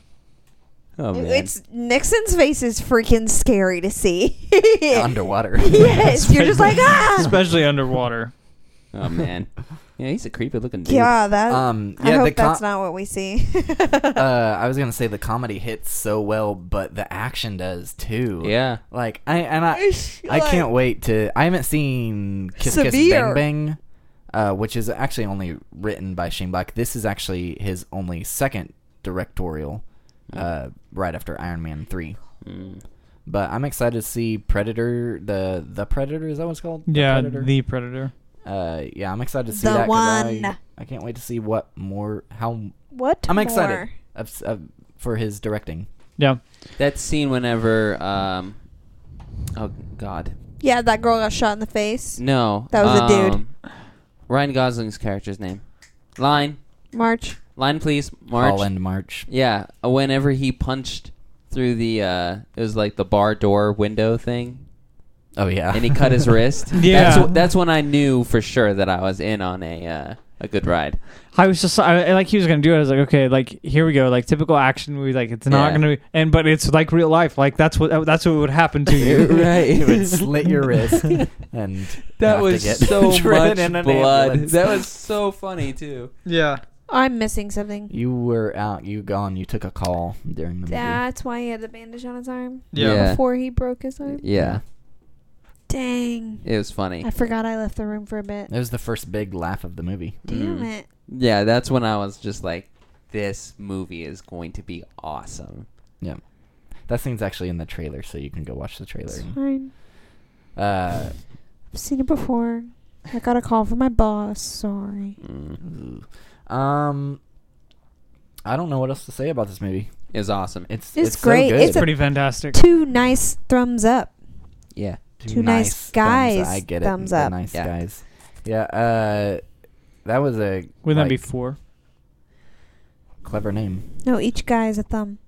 S4: Oh man.
S1: It's Nixon's face is freaking scary to see.
S3: Underwater.
S1: yes, you're just like ah.
S2: especially underwater.
S4: oh man. Yeah, he's a creepy looking dude.
S1: Yeah, that.
S3: Um,
S1: I
S3: yeah,
S1: hope
S3: the com-
S1: that's not what we see.
S3: uh, I was gonna say the comedy hits so well, but the action does too.
S4: Yeah.
S3: Like I and I, I can't wait to. I haven't seen Kiss Kiss
S1: Severe.
S3: Bang Bang, uh, which is actually only written by Shane Black. This is actually his only second directorial, uh, right after Iron Man three.
S4: Mm.
S3: But I'm excited to see Predator. The the Predator is that what it's called? The
S2: Yeah,
S3: Predator?
S2: the predator.
S3: uh, yeah, I'm excited to see
S1: The
S3: that. 'cause I,
S1: one.
S3: I can't wait to see what more how
S1: What?
S3: I'm
S1: more?
S3: excited of, of, for his directing.
S2: Yeah,
S4: That scene whenever um Oh god.
S1: Yeah, that girl got shot in the face.
S4: No.
S1: That was a dude.
S4: dude. Ryan Gosling's character's name. Line.
S1: March.
S4: Line please. March.
S3: Holland March.
S4: Yeah, uh, whenever he punched through the uh it was like the bar door window thing
S3: Oh yeah.
S4: and he cut his wrist.
S2: Yeah.
S4: That's, wh- that's when I knew for sure that I was in on a uh, a good ride.
S2: I was just I, like he was gonna do it. I was like, okay, like here we go, like typical action movie. Like it's not
S4: Yeah.
S2: gonna be, and but it's like real life. Like that's what that's what would happen to you.
S4: Right.
S3: He would slit your wrist and have
S4: That
S3: to
S4: was
S3: get
S4: so
S3: driven
S4: much
S3: in an
S4: blood.
S3: ambulance.
S4: That was so funny too.
S2: yeah.
S1: I'm missing something.
S3: You were out. You gone. You took a call during the movie.
S1: That's why he had the bandage on his arm
S4: Yeah.
S1: before he broke his arm.
S4: Yeah,
S1: Dang.
S4: it was funny.
S1: I forgot I left the room for a bit.
S3: It was the first big laugh of the movie.
S1: Damn
S4: Mm.
S1: it.
S4: Yeah, that's when I was just like, this movie is going to be awesome.
S3: Yeah. That scene's actually in the trailer, so you can go watch the trailer.
S1: It's fine.
S3: Uh,
S1: I've seen it before. I got a call from my boss. Sorry.
S4: Mm.
S3: ooh. um, I don't know what else to say about this movie.
S4: It was awesome.
S3: It's
S1: It's
S3: so
S1: great.
S3: good.
S1: It's a-
S2: Pretty fantastic.
S1: Two nice thumbs up.
S4: Yeah.
S1: Two nice guys,
S3: Thumbs, I get
S1: thumbs
S3: it. the
S1: up.
S3: Nice
S4: Yeah.
S3: guys. Yeah. Uh, that was a
S2: Wouldn't that be
S3: like,
S2: four?
S3: clever name.
S1: No, each guy is a thumb.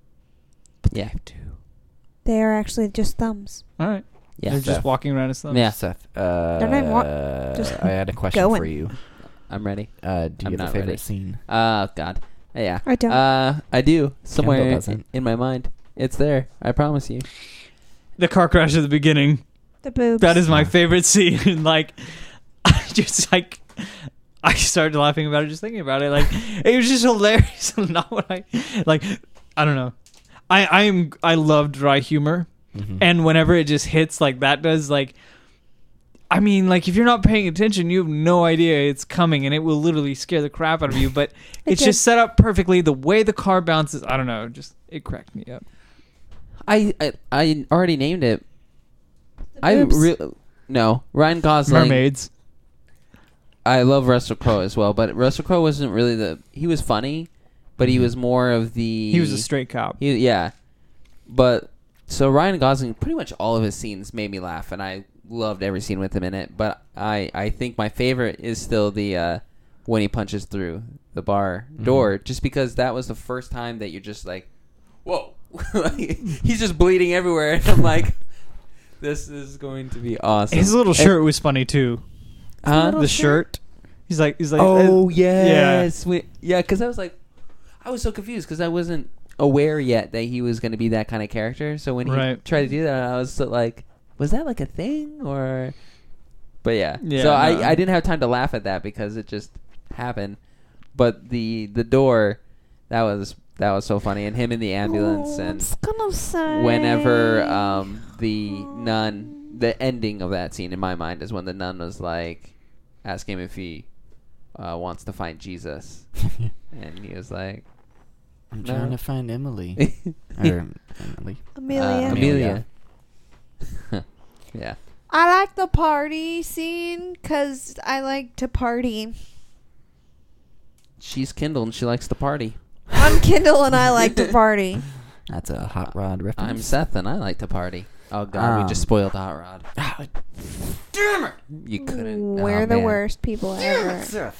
S4: Yeah.
S1: They are actually just thumbs.
S2: All right.
S4: Yeah.
S2: They're just
S3: Seth.
S2: walking around as thumbs.
S4: Yeah.
S3: Seth. Uh,
S1: Don't even want- just
S3: I had a question
S1: going.
S3: for you.
S4: I'm ready.
S3: Uh, do
S4: I'm
S3: you have a
S4: not
S3: favorite
S4: ready.
S3: scene?
S4: Oh God. Yeah.
S1: I don't.
S4: Uh, I do somewhere
S3: doesn't.
S4: in my mind. It's there. I promise you.
S2: The car crash at the beginning.
S1: the boobs.
S2: That is my favorite scene. like, I just like. I started laughing about it, just thinking about it. Like, it was just hilarious. Not what I like. I don't know. I I'm I love dry humor,
S3: Mm-hmm.
S2: and whenever it just hits like that does, like, I mean, like if you're not paying attention, you have no idea it's coming, and it will literally scare the crap out of you. But
S1: It
S2: it's just
S1: did.
S2: set up perfectly. The way the car bounces, I don't know, just it cracked me up.
S4: I I, I already named it. I
S1: boobs.
S4: really no Ryan Gosling.
S2: Mermaids.
S4: I love Russell Crowe as well, but Russell Crowe wasn't really the. He was funny, but he was more of the.
S2: He was a straight cop.
S4: He, yeah, but so Ryan Gosling, pretty much all of his scenes made me laugh, and I loved every scene with him in it. But I, I think my favorite is still the uh, when he punches through the bar
S2: Mm-hmm.
S4: door, just because that was the first time that you're just like, whoa, he's just bleeding everywhere, and I'm like, this is going to be awesome.
S2: His little
S4: And-
S2: shirt was funny too.
S4: Huh?
S2: The shirt. He's like, he's like,
S4: Oh
S2: eh,
S4: yes, we, yeah. Because I was like, I was so confused because I wasn't aware yet that he was going to be that kind of character. So when he
S2: Right.
S4: tried to do that, I was so like, was that like a thing or? But yeah,
S2: Yeah,
S4: so
S2: no.
S4: I I didn't have time to laugh at that because it just happened. But the the door, that was that was so funny, and him in the ambulance,
S1: Oh, I'm
S4: and
S1: just gonna say.
S4: whenever um, the nun, the ending of that scene in my mind is when the nun was like, ask him if he uh, wants to find Jesus, and he was like,
S3: I'm
S4: No.
S3: trying to find Emily. or Emily.
S1: Amelia.
S4: Uh, Amelia. yeah,
S1: I like the party scene because I like to party.
S4: she's Kindle and she likes to party.
S1: I'm Kendall and I like to party.
S3: That's a hot rod reference.
S4: I'm Seth and I like to party. Oh God, we
S3: Um,
S4: just spoiled Hot Rod. Damn it! You couldn't.
S1: We're
S4: oh,
S1: the
S4: man.
S1: worst people ever.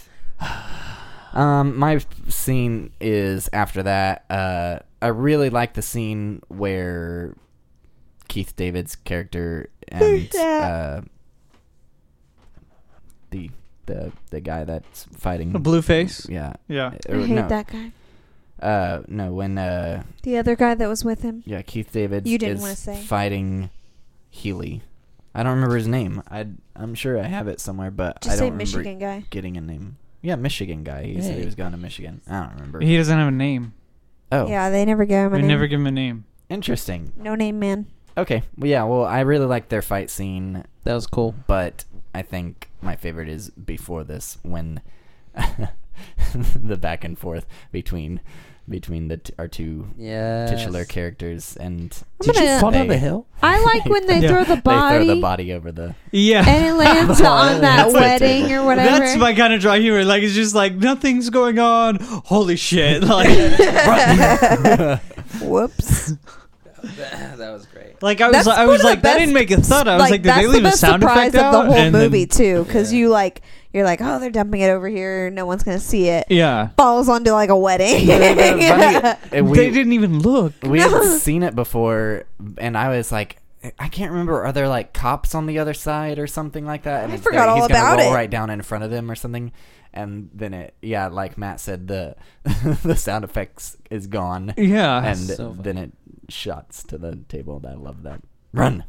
S3: Um, my f- scene is after that. Uh, I really like the scene where Keith David's character and uh,
S1: Dad.
S3: the the the guy that's fighting
S2: blue face.
S3: Yeah, Uh,
S2: Yeah.
S1: I
S3: Or
S1: hate
S3: no,
S1: that guy.
S3: Uh, no, when uh,
S1: The other guy that was with him.
S3: yeah, Keith David
S1: You didn't
S3: is
S1: wanna say.
S3: fighting Healy. I don't remember his name. I I'm sure I have it somewhere, but I
S1: Just
S3: don't
S1: say
S3: remember
S1: Michigan guy.
S3: getting a name. Yeah, Michigan guy. He said
S4: Hey.
S3: he was going to Michigan. I don't remember.
S2: He doesn't have a name.
S3: oh,
S1: Yeah, they never gave him. A
S2: They
S1: name.
S2: never give him a name.
S3: interesting.
S1: No name man.
S3: Okay, well, yeah, well, I really liked their fight scene.
S4: That was cool.
S3: but I think my favorite is before this when the back and forth between between the t- our two
S4: Yeah.
S3: titular characters and
S1: I'm gonna-
S4: fall
S3: they-
S4: down the hill?
S1: I like when they
S2: Yeah.
S1: throw the body
S3: They throw the body over the.
S2: Yeah.
S1: and it lands
S3: Oh,
S1: on that
S3: that's so
S1: wedding or
S3: terrible.
S1: whatever.
S2: That's my kind of dry humor. Like it's just like nothing's going on. Holy shit! Like,
S1: Whoops.
S4: that was great.
S2: like I was,
S1: That's
S2: I
S1: one
S2: was
S1: of the
S2: like, that
S1: best-
S2: didn't make a thud. I was like, did
S1: that's
S2: they leave
S1: the
S2: a
S1: best
S2: sound
S1: surprise
S2: effect out?
S1: of the whole
S2: And then-
S1: movie too, because you like you're like, oh, they're dumping it over here. No one's gonna see it.
S2: yeah,
S1: Falls onto like a wedding.
S3: And we,
S2: they didn't even look.
S3: we
S1: No.
S3: had seen it before, and I was like, I can't remember. Are there like cops on the other side or something like that? And
S1: I
S3: it's
S1: forgot
S3: there-
S1: all
S3: he's
S1: about
S3: gonna roll
S1: it.
S3: Right down in front of them or something, and then it, yeah, like Matt said, the the sound effects is gone.
S2: Yeah,
S3: and
S4: so funny.
S3: then it shots to the table. and I love that. Run.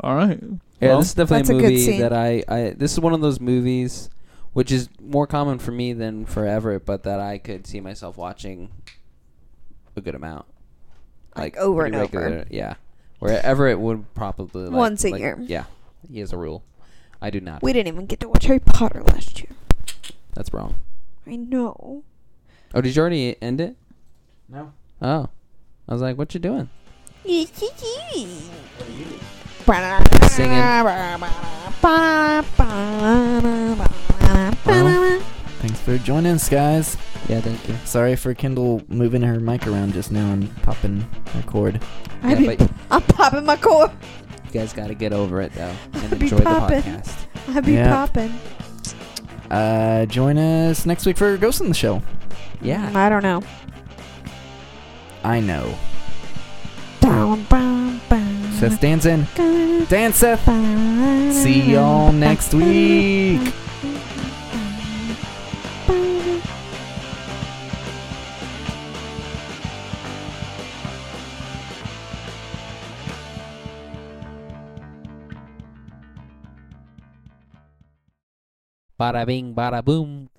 S2: all right.
S4: Yeah,
S2: Well,
S4: this is definitely
S1: That's a
S4: a
S1: good
S4: movie
S1: scene.
S4: that I, I. This is one of those movies, which is more common for me than for Everett, but that I could see myself watching a good amount,
S1: Like, over
S4: pretty
S1: and over.
S4: Yeah, where Everett would probably like,
S1: Once a
S4: like-
S1: year.
S4: Yeah, he has a rule. I do not.
S1: we didn't even get to watch Harry Potter last year.
S4: That's wrong.
S1: I know.
S4: Oh, did you already end it?
S3: No.
S4: Oh, I was like, what you doing?
S1: Singing.
S3: Thanks for joining us, guys.
S4: Yeah, thank you.
S3: Sorry for Kendall moving her mic around just now and popping her cord.
S1: I
S4: Yeah,
S1: be,
S4: but
S1: I'm popping my core.
S4: you guys got to get over it though and
S1: Be
S4: enjoy the
S1: poppin'.
S4: podcast.
S1: I be
S3: Yeah.
S1: popping.
S3: Uh, join us next week for Ghost in the Shell.
S4: Yeah.
S1: I don't know.
S3: I know.
S1: Down, bum, bum,
S3: Seth dancing.
S1: gonna
S3: Dance, Seth.
S1: bum,
S3: See y'all next week.
S1: bum.
S4: Bada bing, bada boom.